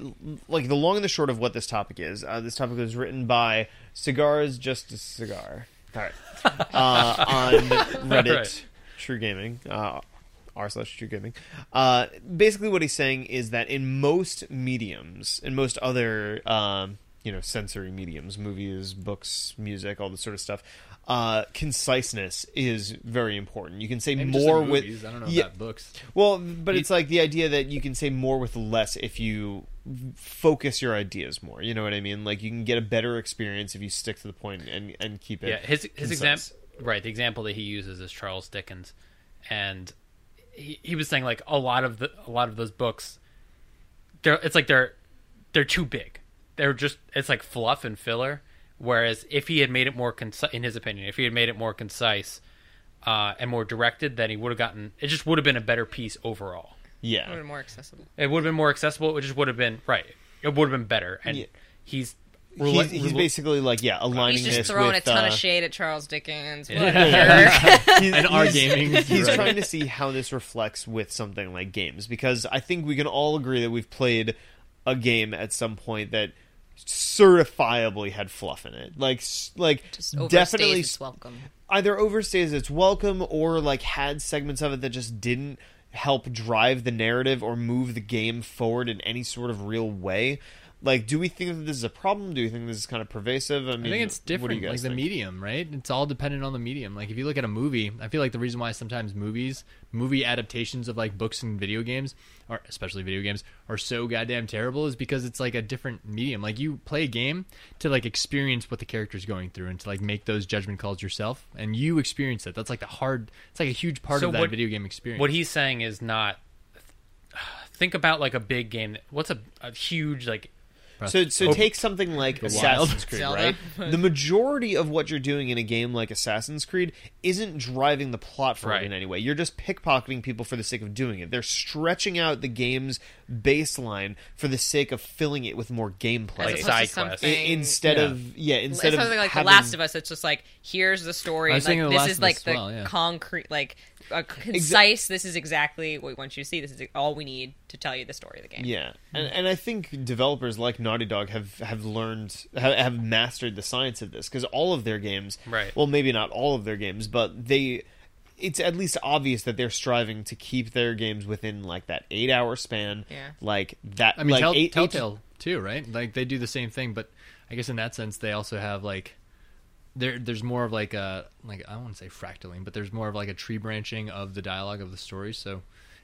like the long and the short of what this topic is. Uh, this topic was written by Cigars Just a Cigar. All right, uh, on Reddit,
right.
True Gaming. Uh, r slash true gaming. Uh, basically, what he's saying is that in most mediums, in most other um, you know sensory mediums, movies, books, music, all this sort of stuff, uh, conciseness is very important. You can say
Maybe just
more
in
with
movies. I don't know
Yeah,
about books.
well, but it's
You-
like the idea that you can say more with less if you focus your ideas more. You know what I mean? Like you can get a better experience if you stick to the point and and keep it.
Yeah, his his
concise.
example, right? The example that he uses is Charles Dickens, and he, he was saying like a lot of the a lot of those books, they're it's like they're they're too big. They're just it's like fluff and filler. Whereas if he had made it more concise, in his opinion, if he had made it more concise uh, and more directed, then he would have gotten it. Just would have been a better piece overall.
Yeah.
It would've been more accessible.
It would have been more accessible. It just would have been right. It would have been better. And
Yeah.
he's
He's, he's basically like yeah, aligning
He's just
this
throwing
with,
a ton
uh,
of shade at Charles Dickens. What
Yeah.
a jerk.
he's,
And our
he's-
gaming.
He's
Right.
trying to see how this reflects with something like games because I think we can all agree that we've played a game at some point that certifiably had fluff in it. Like s- like
Just overstays
definitely
its welcome.
either overstays its welcome or like had segments of it that just didn't help drive the narrative or move the game forward in any sort of real way. Like, do we think that this is a problem? Do we think this is kind of pervasive? I mean,
I think it's
What do you
different,
guys
like the
think?
medium, right? It's all dependent on the medium. Like if you look at a movie, I feel like the reason why sometimes movies, movie adaptations of like books and video games, or especially video games, are so goddamn terrible is because it's like a different medium. Like you play a game to like experience what the character's going through and to like make those judgment calls yourself, and you experience it. That's like the hard. It's like a huge part
So
of that
what-
video game experience.
what he's saying is not. Think about like a big game. that- What's a, a huge like?
So, so take something like Assassin's
Wild.
Creed,
Zelda.
right? The majority of what you're doing in a game like Assassin's Creed isn't driving the plot forward
Right.
in any way. You're just pickpocketing people for the sake of doing it. They're stretching out the game's baseline for the sake of filling it with more
As
gameplay.
Like
opposed
side
to
quest.
I-
something-
instead
Yeah.
of yeah,
It's
instead of
something like
having-
The Last of Us. It's just like here's the story.
I
and
was
like,
thinking of The
this
Last
is
of
like
Us as
the
well, yeah.
concrete, like a concise. this is exactly what we want you to see. This is all we need to tell you the story of the game.
Yeah, and and I think developers like Naughty Dog have have learned have, have mastered the science of this because all of their games,
Right.
Well, maybe not all of their games, but they. It's at least obvious that they're striving to keep their games within like that eight hour span.
Yeah.
Like that.
I mean,
like
Tell-
eight- eight-
Telltale too, right? Like they do the same thing, but I guess in that sense they also have like there. There's more of like a like I wouldn't say fractaling, but there's more of like a tree branching of the dialogue of the story. So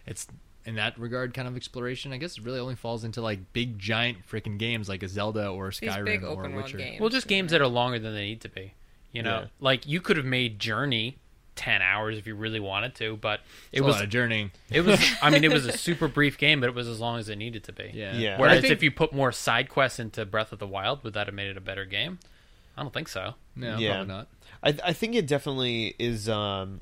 it's in that regard kind of exploration. I guess it really only falls into like big giant freaking games like a Zelda or a
These
Skyrim
big
or
open world
Witcher.
games.
Well, just games that are longer than they need to be. You know,
Yeah.
like you could have made Journey ten hours if you really wanted to, but it
It was
was
a journey.
it was. I mean, it was a super brief game, but it was as long as it needed to be.
Yeah.
Yeah.
Whereas
I think-
if you put more side quests into Breath of the Wild, would that have made it a better game? I don't think so.
no,
Yeah.
probably not.
I, I think it definitely is um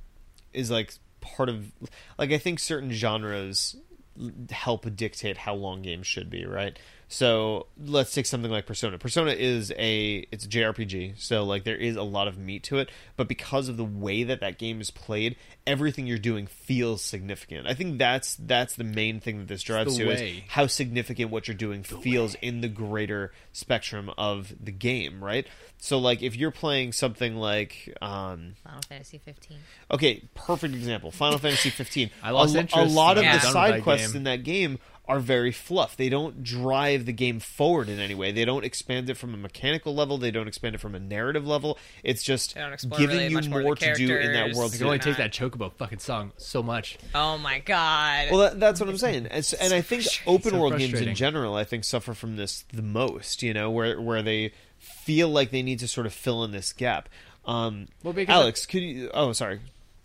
is like part of like I think certain genres l- help dictate how long games should be, right? So let's take something like Persona. Persona is a it's a JRPG, so like there is a lot of meat to it, but because of the way that that game is played, everything you're doing feels significant. I think that's that's the main thing that this drives
the
to is
way.
how significant what you're doing feels in the greater spectrum of the game, right? So like if you're playing something like um
Final Fantasy 15.
okay, perfect example. Final Fantasy 15.
I lost
a, lo-
interest
A lot
when
of
I
the
was done with
side
that
quests
game.
in that game are very fluff. They don't drive the game forward in any way. They don't expand it from a mechanical level. They don't expand it from a narrative level. It's just
They don't explore
giving
really
you
much more
more,
the
to do in that
characters.
I
world.
Like,
can
too.
only
Yeah.
take that Chocobo fucking song so much.
Oh my god.
Well, that, that's what I'm saying, and, s- and I think open
So
world games in
frustrating.
general, I think suffer from this the most. You know, where where they feel like they need to sort of fill in this gap. Um,
Well, because
Alex, could you? Oh, sorry.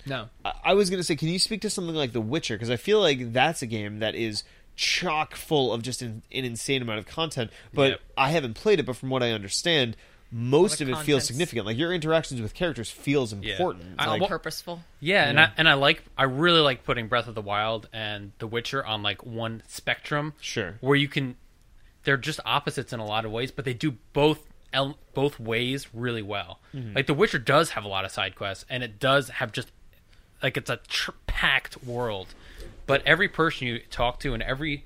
No.
I I was going to say, can you speak to something like The Witcher? Because I feel like that's a game that is chock full of just an, an insane amount of content. But
Yep.
I haven't played it, but from what I understand, most
the
of it feels
content's-
significant. Like your interactions with characters feels important.
I-
Like,
well-
purposeful.
Yeah, and I and I like I really like putting Breath of the Wild and The Witcher on like one spectrum.
Sure.
Where you can they're just opposites in a lot of ways, but they do both el- both ways really well. Like The Witcher does have a lot of side quests and it does have just like it's a tr- packed world. But every person you talk to and every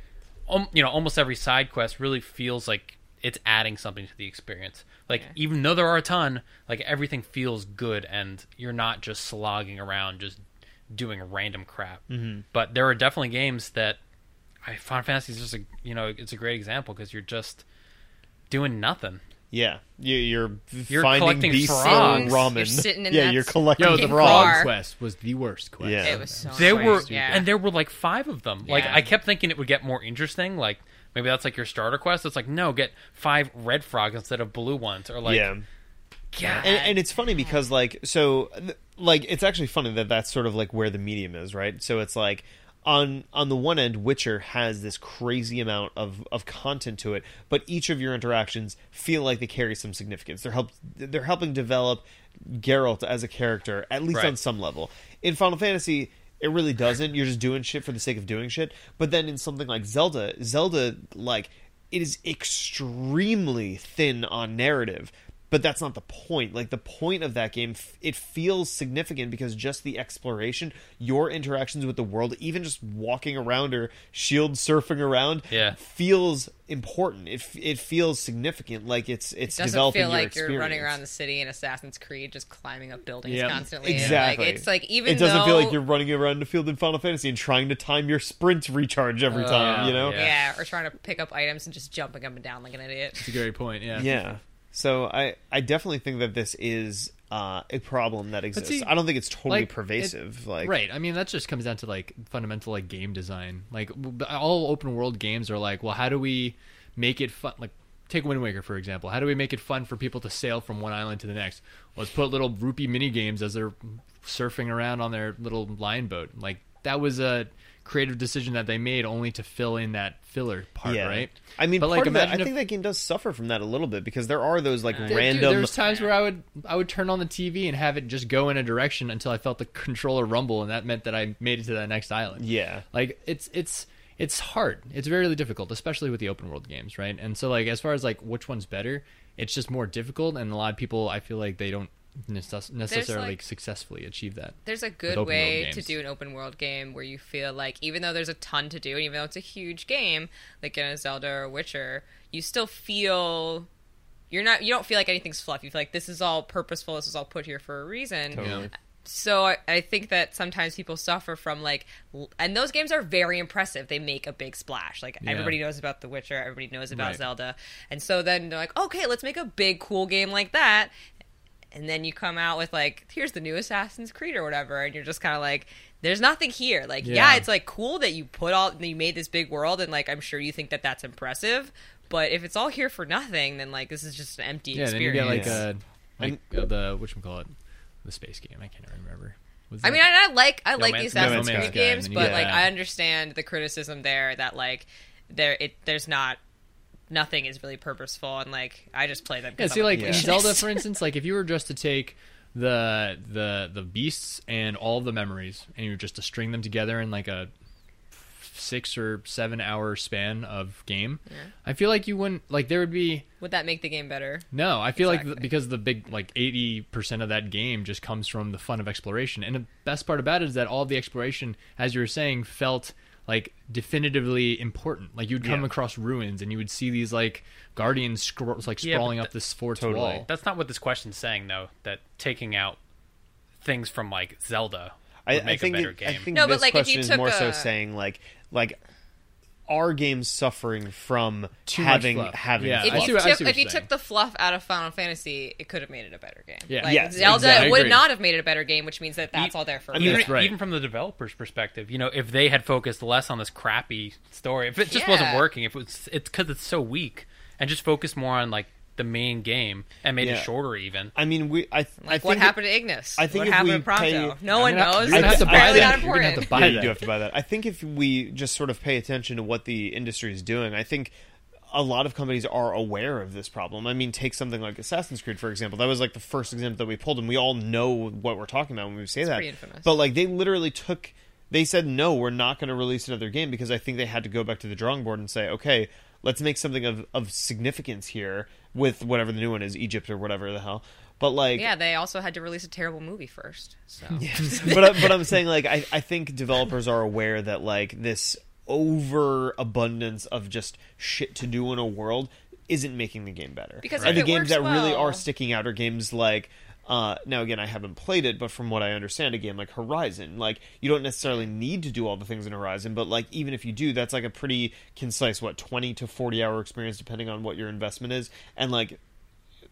um, you know, almost every side quest really feels like it's adding something to the experience. Like even though there are a ton, like everything feels good, and you're not just slogging around just doing random crap. Mm-hmm. But there are definitely games that I Final Fantasy is just a you know it's a great example because you're just doing nothing.
yeah, you, you're,
You're
finding
collecting
beasts and
frogs.
ramen.
You're sitting in
yeah,
that
you're collecting
Yo, the
the
fucking
frogs.
car.
frog quest was the worst quest.
Yeah.
It was so
There were
annoying. yeah.
and there were like five of them. Like
Yeah.
I kept thinking it would get more interesting. Like maybe that's like your starter quest. It's like no, get five red frogs instead of blue ones, or like
yeah.
God.
and, and it's funny because like so th- like it's actually funny that that's sort of like where the medium is right so it's like on on the one end witcher has this crazy amount of of content to it but each of your interactions feel like they carry some significance they're help they're helping develop Geralt as a character at least
Right.
on some level in final fantasy it really doesn't you're just doing shit for the sake of doing shit but then in something like zelda zelda like it is extremely thin on narrative but that's not the point like the point of that game f- it feels significant because just the exploration your interactions with the world even just walking around or shield surfing around
Yeah.
feels important it, f- it feels significant like it's it's
doesn't
developing
feel
your
like you're running
experience.
around the city in Assassin's Creed, just climbing up buildings
Yep.
constantly. And,
Exactly.
Like, it's like even
it doesn't feel
though-
like you're running around the field in Final Fantasy and trying to time your sprint recharge every time.
yeah,
you know?
yeah.
yeah, or trying to pick up items and just jumping up and down like an idiot.
It's a great point. Yeah.
Yeah. So I I definitely think that this is uh, a problem that exists.
see,
I don't think it's totally
like, it-
pervasive. like
right. I mean, that just comes down to like fundamental like game design. Like w- the- all open world games are like, well, how do we make it fun? Like take Wind Waker for example. How do we make it fun for people to sail from one island to the next? Well, let's put little rupee mini games as they're surfing around on their little line boat. Like that was a creative decision that they made only to fill in that filler part,
Yeah.
right?
I mean,
but
part
like
of that,
imagine
I
if-
think that game does suffer from that a little bit because there are those like
Dude,
random.
there was times where I would I would turn on the TV and have it just go in a direction until I felt the controller rumble, and that meant that I made it to that next island.
Yeah.
like it's it's it's hard. It's very difficult, especially with the open world games, right? And so like as far as like which one's better, it's just more difficult, and a lot of people I feel like they don't necess- necessarily
like-
successfully achieve that.
There's a good
open world
way to
games.
do an open world game where you feel like even though there's a ton to do, and even though it's a huge game, like in a Zelda or Witcher, you still feel you're not you don't feel like anything's fluff. You feel like this is all purposeful, this is all put here for a reason.
Totally.
So I, I think that sometimes people suffer from like, l- and those games are very impressive. They make a big splash. Like
Yeah.
everybody knows about The Witcher, everybody knows about
Right.
Zelda, and so then they're like, okay, let's make a big cool game like that, and then you come out with like here's the new assassin's creed or whatever and you're just kind of like there's nothing here like yeah.
Yeah.
it's like cool that you put all that you made this big world and like i'm sure you think that that's impressive but if it's all here for nothing then like this is just an empty
Yeah, then you
experience
get like
Yeah.
uh like uh, the which call it the space game. I can't remember. Was
I
that-
mean, I, I like I like the
Man's
Sky.
Assassin's
No Man's Sky,
Creed
and
games,
then you
but
get
like
that.
I understand the criticism there that like there it there's not nothing is really purposeful and like I just play them.
Yeah, see, like in
perfectionist.
Zelda, for instance, like if you were just to take the the the beasts and all the memories, and you're just to string them together in like a six or seven hour span of game. I feel like you wouldn't like there would be
Would that make the game better?
no, I feel like
Exactly.
th- because the big like eighty percent of that game just comes from the fun of exploration, and the best part about it is that all the exploration, as you were saying, felt like definitively important. Like you'd come
Yeah.
across ruins and you would see these like guardians scro- like
Yeah, but
sprawling
th-
up this fort's
Totally.
wall.
That's not what this question's saying, though. That taking out things from like Zelda would
I,
make
I think
a better
it-
game.
I think
No, but,
this
like, if you
question is
took
more so
a-
saying like like are games suffering from
Too much
having
fluff.
having
Yeah.
fluff?
If
I
you,
see what- I
took,
see what
if you
you're saying.
took the fluff out of Final Fantasy, it could have made it a better game.
Yeah.
like,
Yes,
Zelda
exactly. I
would
agree.
not have made it a better game, which means that that's all there for.
I
I
mean,
mean,
even, e-,
That's right.
even from the developer's perspective, you know, if they had focused less on this crappy story, if it just wasn't
Yeah.
working, if it was, it's because it's so weak, and just focused more on like the main game and made
Yeah.
it shorter, even.
I mean, we I, I
like
think
what
it-
happened to Ignis?
I think
what
if
happened
we
to Pronto?
pay-
no one knows.
You're gonna have
It's
to buy
apparently not
that. You're gonna
important.
have to
Yeah,
buy
you do
that.
have to buy that. I think if we just sort of pay attention to what the industry is doing, I think a lot of companies are aware of this problem. I mean, take something like Assassin's Creed, for example. That was like the first example that we pulled, and we all know what we're talking about when we say that.
pretty infamous.
But like, they literally took. They said no, we're not going to release another game because I think they had to go back to the drawing board and say, okay, let's make something of of significance here with whatever the new one is, Egypt or whatever the hell. But like,
Yeah, they also had to release a terrible movie first. So
but I- but I'm saying like I, I think developers are aware that like this overabundance of just shit to do in a world isn't making the game better.
Because
and
if
the
it
games
works
that really
well-
are sticking out are games like uh, now again I haven't played it, but from what I understand, a game like Horizon, like you don't necessarily need to do all the things in Horizon, but like even if you do, that's like a pretty concise what twenty to forty hour experience depending on what your investment is, and like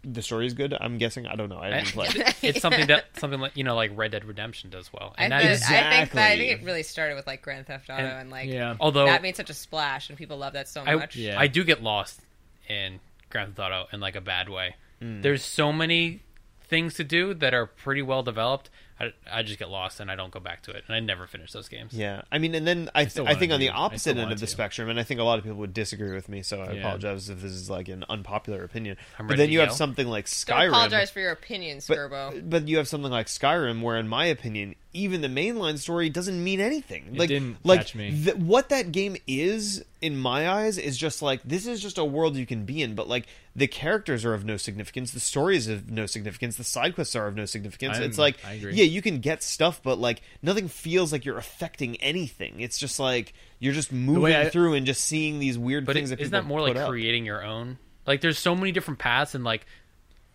the story is good. I'm guessing. I don't know. I haven't played. it.
It's something that something like you know, like Red Dead Redemption does well.
I,
And
thought-
that is-
I think that, I
Exactly.
think it really started with like Grand Theft Auto
And-
and, like
Yeah.
although
that made such a splash and people love that so
I,
much.
Yeah.
I do get lost in Grand Theft Auto in like a bad way.
Mm.
There's so many things to do that are pretty well developed. I, I just get lost and I don't go back to it, and I never finish those games.
Yeah, I mean, and then I, th-
still
I
wanna
think on
do
the
it. I still
opposite end
want
of the
to.
spectrum, and I think a lot of people would disagree with me, so I
Yeah.
apologize if this is like an unpopular opinion.
I'm
but
ready
then
to
you have
yell.
something like
Don't
Skyrim.
apologize for your opinion, Skirbo.
uh,
but, but you have something like Skyrim, where in my opinion, even the mainline story doesn't mean anything. like,
didn't
like
catch me.
th- what that game is in my eyes is just like this is just a world you can be in, but like the characters are of no significance, the story is of no significance, the side quests are of no significance.
I'm-
it's like,
I agree.
yeah, you can get stuff, but like nothing feels like you're affecting anything. It's just like you're just moving
I-
through and just seeing these weird
But
things
is
that
isn't
people
that more
put
like
up.
creating your own? Like, there's so many different paths and like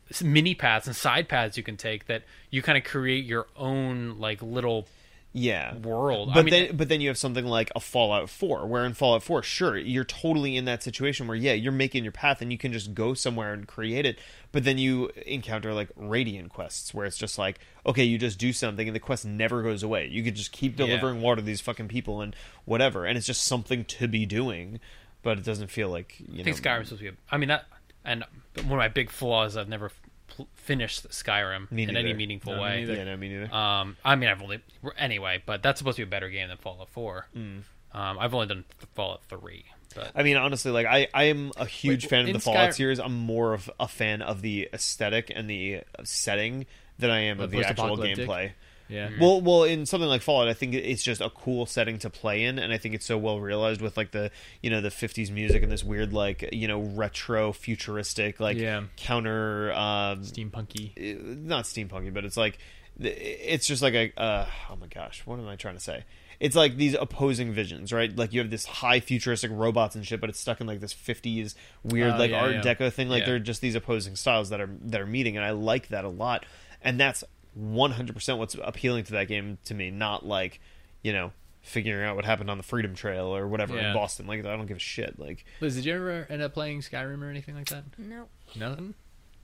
s- mini paths and side paths you can take that you kind of create your own like little
yeah
world. I
But
mean,
then, but then you have something like a Fallout Four, where in Fallout Four, sure, you're totally in that situation where yeah, you're making your path and you can just go somewhere and create it. But then you encounter like Radiant quests, where it's just like, okay, you just do something and the quest never goes away. You could just keep delivering water to these fucking people and whatever, and it's just something to be doing. But it doesn't feel like you
I think
know.
Skyrim's supposed to be. A, I mean, that, and one of my big flaws I've never pl- finished Skyrim
Me
in any
neither.
meaningful
No, me
way.
neither.
Yeah, no, me neither.
Um, I mean, I've only anyway, but that's supposed to be a better game than Fallout Four.
Mm.
Um, I've only done th- Fallout Three, but
I mean, honestly, like I, I am a huge
Wait,
fan of
in
the Fallout
Skyrim-
series. I'm more of a fan of the aesthetic and the setting than I am
The
of the actual
post-apocalyptic? Hmm.
gameplay.
yeah.
Well, well, in something like Fallout, I think it's just a cool setting to play in, and I think it's so well realized with like the you know the '50s music and this weird like you know retro futuristic like
Yeah.
counter um,
Steampunky.
uh, not steampunky, but it's like th- it's just like a uh, oh my gosh, what am I trying to say? It's like these opposing visions, right? Like you have this high futuristic robots and shit, but it's stuck in like this fifties weird
Oh,
like
yeah,
Art
yeah.
Deco thing. Like
Yeah.
they're just these opposing styles that are that are meeting, and I like that a lot. And that's one hundred percent what's appealing to that game to me. Not like you know figuring out what happened on the Freedom Trail or whatever in
Yeah.
Boston. Like I don't give a shit. Like
Liz, did you ever end up playing Skyrim or anything like that?
No.
Nothing.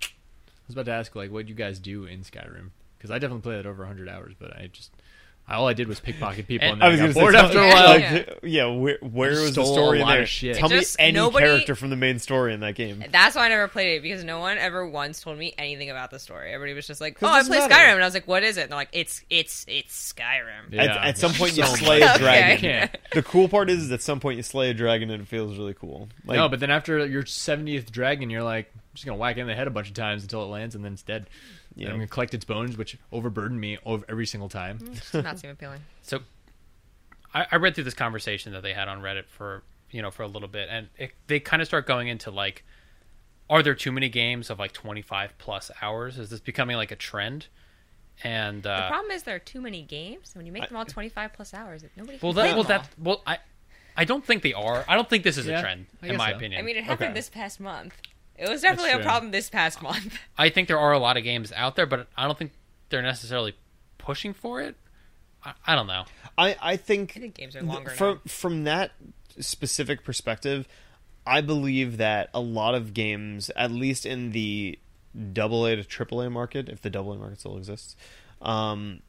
I was about to ask like what you guys do in Skyrim because I definitely played it over 100 hours, but I just I- all I did was pickpocket people and,
I
then I,
was
got bored
gonna say
after a
something
while.
like,
Yeah.
th- yeah, where, where
just
was
stole
the
a
story
lot
there?
of shit.
Tell me
Just
any
nobody-
character from the main story in that game.
That's why I never played it because no one ever once told me anything about the story. Everybody was just like, "Oh, I
doesn't
play
matter.
Skyrim," and I was like, "What is it?" And they're like, "It's it's it's Skyrim."
Yeah.
At, at some point, you
So
slay
much.
a dragon.
Okay.
Can't.
The cool part is, is at some point you slay a dragon and it feels really cool. Like,
no, but then after your 70th dragon, you're like, just gonna whack it in the head a bunch of times until it lands and then it's dead.
Yeah.
And I'm gonna collect its bones, which overburden me over every single time.
Does not seem appealing.
So I, I read through this conversation that they had on Reddit for you know for a little bit, and it, they kind of start going into like, are there too many games of like twenty five plus hours? Is this becoming like a trend? And
The
uh,
problem is there are too many games. When you make them all 25 plus hours, nobody.
well,
can play
that
them all.
well that well I I don't think they are. I don't think this is
Yeah,
a trend
I
in
guess
my
so.
opinion.
I mean, it happened
Okay.
this past month. It was definitely a
true.
problem this past month.
I think there are a lot of games out there, but I don't think they're necessarily pushing for it. I, I don't know.
I, I think
I think games are longer
From
now.
from that specific perspective, I believe that a lot of games, at least in the double A to triple A market, if the double A market still exists, um,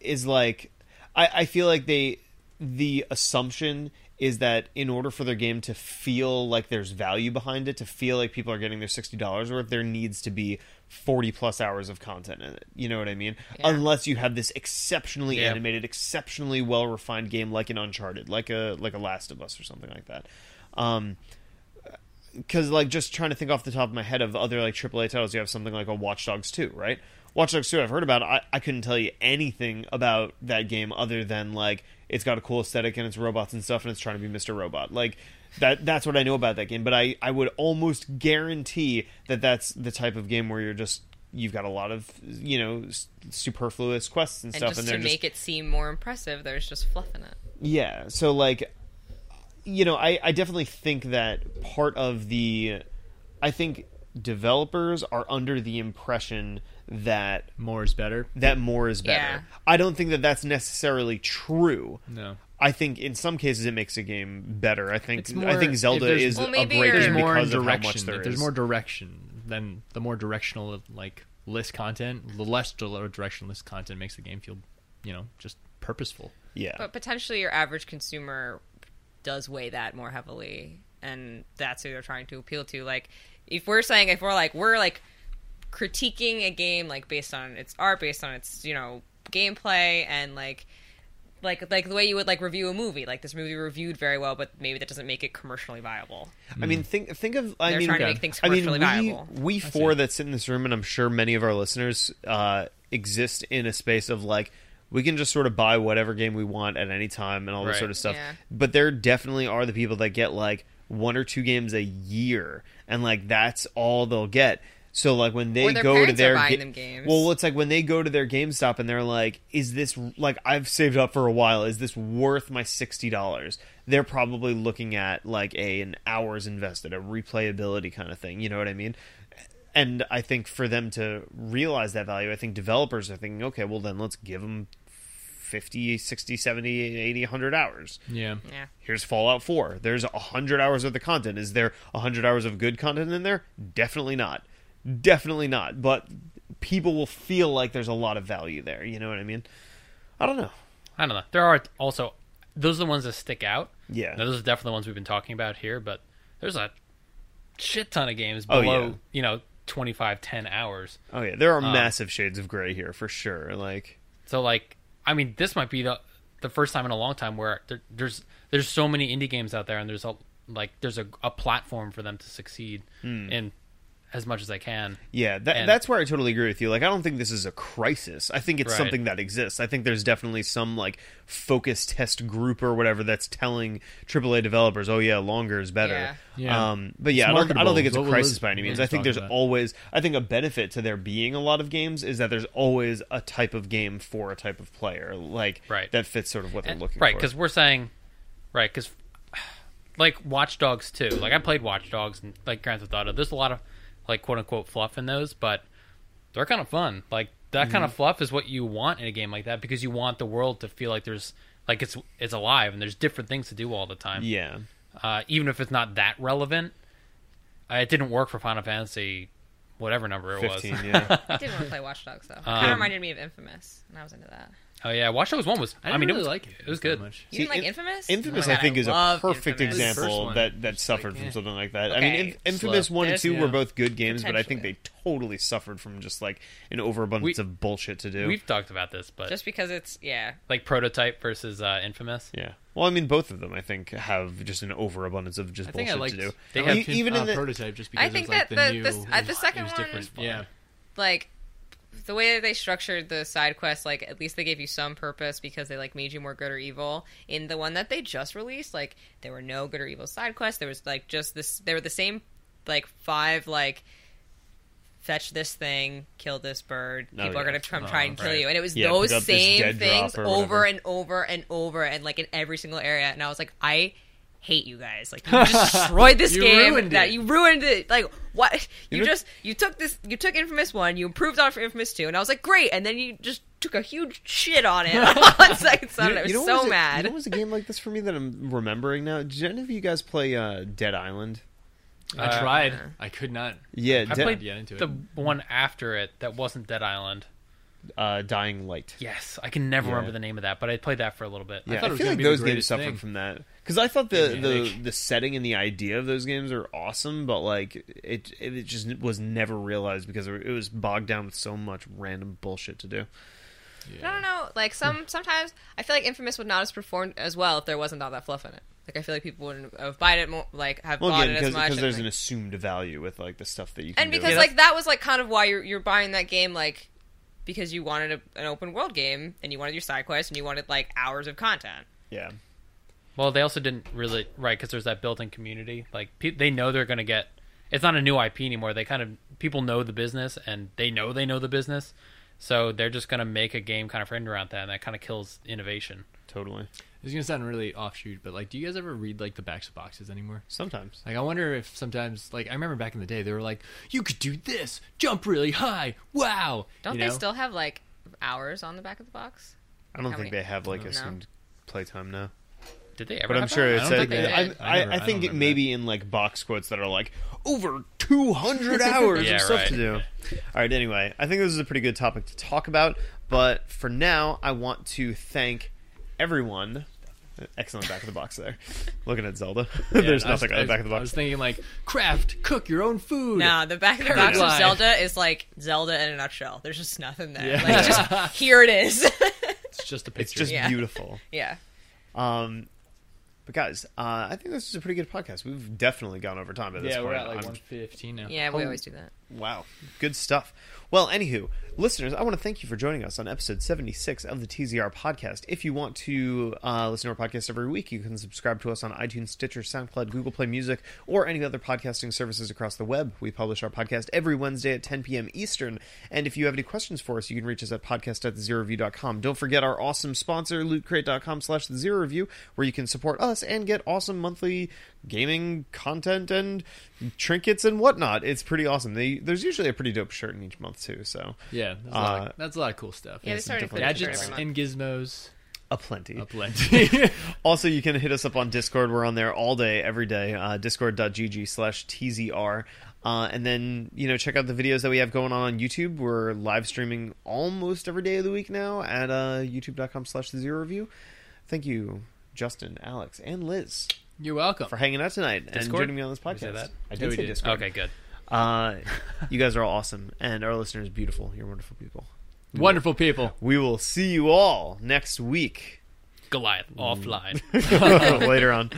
is like I, I feel like they the assumption is that in order for their game to feel like there's value behind it, to feel like people are getting their sixty dollars worth, there needs to be forty plus hours of content in it. You know what I mean? Unless you have this exceptionally
Yeah.
animated, exceptionally well refined game like an Uncharted, like a like a Last of Us or something like that. Um, because like just trying to think off the top of my head of other like AAA titles, you have something like a Watch Dogs 2, right? Watch Dogs 2, I've heard about. I, I couldn't tell you anything about that game other than like it's got a cool aesthetic and it's robots and stuff and it's trying to be Mr. Robot. Like that that's what I know about that game. But I I would almost guarantee that that's the type of game where you're just you've got a lot of you know s- superfluous quests and,
And
stuff
just
and
to
they're just
make it seem more impressive, there's just fluff in it.
yeah. So like, you know, I, I definitely think that part of the, I think developers are under the impression that
More is better.
that more is better.
Yeah.
I don't think that that's necessarily true.
No.
I think in some cases it makes a game better. I think
It's more-
I think
if
Zelda
there's-
is
Well,
a
maybe
break
you're-
There's
in
more
because of how
direction.
much there
if
is.
there's more direction, then the more directional like less content, the less dir- directionless content makes the game feel, you know, just purposeful.
yeah.
But potentially, your average consumer does weigh that more heavily, and that's who they're trying to appeal to. Like, if we're saying if we're like we're like critiquing a game like based on its art, based on its you know gameplay, and like like like the way you would like review a movie. Like this movie reviewed very well, but maybe that doesn't make it commercially viable.
I mean, think think of. I
They're
mean,
trying to make things
I mean,
commercially
we,
viable.
we four that sit in this room, and I'm sure many of our listeners uh, exist in a space of like we can just sort of buy whatever game we want at any time and all this
Right.
sort of stuff.
Yeah.
But there definitely are the people that get like one or two games a year, and like that's all they'll get. So like when they
Or their
go to
parents are
their
buying
ga-
them games.
well, it's like when they go to their GameStop and they're like, "Is this like I've saved up for a while? Is this worth my sixty dollars?" They're probably looking at like a an hours invested, a replayability kind of thing. You know what I mean? And I think for them to realize that value, I think developers are thinking, "Okay, well then let's give them 50, 60, 70, 80, 100 hours."
Yeah.
Yeah.
Here's Fallout 4. There's 100 hours of the content. Is there 100 hours of good content in there? Definitely not. Definitely not. But people will feel like there's a lot of value there. You know what I mean? I don't know.
I don't know. There are also those are the ones that stick out.
Yeah.
Now, those are definitely the ones we've been talking about here, but there's a shit ton of games
Oh,
below,
yeah.
you know, 25 10 hours.
Oh, yeah. There are massive shades of gray here for sure. Like,
So like I mean, this might be the the first time in a long time where there, there's there's so many indie games out there and there's a like there's a, a platform for them to succeed in as much as they can.
Hmm. yeah, that,
And-
that's where I totally agree with you. Like, I don't think this is a crisis. I think it's
Right.
something that exists. I think there's definitely some, like, focus test group or whatever that's telling AAA developers, oh, yeah, longer is better.
Yeah.
Yeah.
Um, but yeah, I
It's
don't, I don't think it's a
marketable. What was
crisis by any means.
Liz
I think there's
talking about?
always, I think a benefit to there being a lot of games is that there's always a type of game for a type of player, like
Right.
that fits sort of what they're
And-
looking
right,
for.
because we're saying, right, because like Watch Dogs too. Like I played Watch Dogs and like Grand Theft Auto. There's a lot of like quote unquote fluff in those, but they're kind of fun. Like that kind
Mm-hmm.
of fluff is what you want in a game like that because you want the world to feel like there's like it's it's alive and there's different things to do all the time.
yeah,
Uh, even if it's not that relevant, uh, it didn't work for Final Fantasy, whatever number it
fifteen.
was.
Yeah, Um,
I did want to play Watch Dogs though. It kind of reminded me of Infamous, and I was into that.
Oh yeah, Watch Dogs One was. I,
I,
mean,
really
it was
like it.
It was good.
that much.
You didn't like
in-
Infamous?
Infamous,
Oh my
I
God,
think, is a
love
perfect
Infamous.
First
example
one.
that that
It's
suffered
like,
from
eh.
something like that. I
Okay,
mean, Inf- Infamous
slow.
One and
There's-
Two were
yeah.
both good games, but I think they
Potentially.
totally suffered from just like an overabundance
We-
of bullshit to do.
We've talked about this, but
Just because it's yeah,
like Prototype versus uh, Infamous.
Yeah. Well, I mean, both of them, I think, have just an overabundance of just
I think I
bullshit
liked.
to do.
They
They
have
have
E- even
uh,
in the
prototype just because it
think
was, like,
that
the,
the-
new.
this-
it
uh, the
was-
second
it was
one was
different.
fun.
Yeah,
like the way that they structured the side quests, like at least they gave you some purpose because they like made you more good or evil. In the one that they just released, like there were no good or evil side quests. There was like just this. They were the same, like five like fetch this thing, kill this bird.
Oh,
People are
yeah. Oh,
gonna come try and kill
right.
you, and it was
Yeah,
those
pick up this
same
dead
things
drop or
over
whatever.
and over and over and like in every single area. And I was like, I hate you guys. Like you destroyed this
You
game.
ruined
that
it.
you ruined it. Like what? You,
know-
just you took this. You took Infamous one. You improved on Infamous two, and I was like, great. And then you just took a huge shit on it. on Second Son. I was
what
so
was a-
mad.
you know what was a game like this for me that I'm remembering now? Did any of you guys play uh, Dead Island?
I
Uh,
tried. I could not.
Yeah,
I
Dead-
played
yeah, into it.
the one after it that wasn't Dead Island.
uh, Dying Light.
Yes, I can never
Yeah.
remember the name of that, but I played that for a little bit.
Yeah,
I
I,
thought it was
feel
gonna
like
be the
those games
greatest
suffered
thing.
from that because I thought the,
Yeah,
the
like-
the setting and the idea of those games are awesome, but like it it just was never realized because it was bogged down with so much random bullshit to do.
I don't know. Like some sometimes I feel like Infamous would not have performed as well if there wasn't all that fluff in it. Like I feel like people wouldn't have bought it more. Like have
Well,
bought
again,
it as
because,
much.
because
and,
there's
like-
an assumed value with like the stuff that you can
and
do.
because
Yeah,
like that was like kind of why you're, you're buying that game like because you wanted a, an open world game and you wanted your side quests and you wanted like hours of content
yeah,
Well, they also didn't really right because there's that built-in community. Like pe- they know they're going to get. It's not a new IP anymore. They kind of people know the business and they know they know the business, so they're just going to make a game kind of framed around that, and that kind of kills innovation.
totally.
It's gonna sound really offshoot, but like, do you guys ever read like the backs of boxes anymore?
Sometimes
Like, I wonder if sometimes, like, I remember back in the day, they were like, "You could do this, jump really high, wow."
don't
you
they
know?
still have like hours on the back of the box
I don't
How
think
many-
they have like
No.
assumed playtime now.
Did they ever?
But I'm
have
sure
that?
it's
don't
like
think they
I,
did.
I,
I never-
I
I
think
don't
it
remember
may be in like box quotes that are like over 200 hours
Yeah,
of stuff
right.
to do. All right, anyway, I think this is a pretty good topic to talk about. But for now, I want to thank everyone. Excellent back of the box there. Looking at Zelda, there's
I was- I
nothing on the
was-
back of the
I was
box.
thinking like, craft, cook your own food.
nah the back of the box of
Paraglide.
zelda is like zelda in a nutshell there's just nothing there
Yeah.
like just here it is
It's just a
It's
picture.
just
Yeah.
beautiful.
yeah
Um, but guys, uh, I think this is a pretty good podcast. We've definitely gone over time at this
yeah,
point.
we're at like
I'm-
115 now.
yeah we always do that
Wow. Good stuff. Well, anywho, listeners, I want to thank you for joining us on episode 76 of the TZR podcast. If you want to uh, listen to our podcast every week, you can subscribe to us on iTunes, Stitcher, SoundCloud, Google Play Music, or any other podcasting services across the web. We publish our podcast every Wednesday at 10 p.m. Eastern. And if you have any questions for us, you can reach us at podcast at zeroview.com. Don't forget our awesome sponsor, lootcrate.com slash the zero review, where you can support us and get awesome monthly gaming content and trinkets and whatnot. It's pretty awesome. They, there's usually a pretty dope shirt in each month too, so
Yeah, that's, a lot
Uh,
of, that's a lot of cool stuff.
yeah they
some
started
different
including it
Gadgets
every month.
and gizmos,
a plenty.
a plenty.
Also, you can hit us up on Discord. We're on there all day, every day. Uh, Discord.gg slash TZR. Uh, and then, you know, check out the videos that we have going on on YouTube. We're live streaming almost every day of the week now at uh, youtube.com slash the zero review. Thank you, Justin, Alex, and Liz
You're welcome.
for hanging out tonight and
Discord?
joining me on this
Did we say
podcast.
that?
I
Yeah,
did
we
say
did.
Discord.
Okay, good.
Uh, you guys are all awesome, and our listeners beautiful. You're wonderful people.
Wonderful people.
We will see you all next week
Goliath offline.
later on.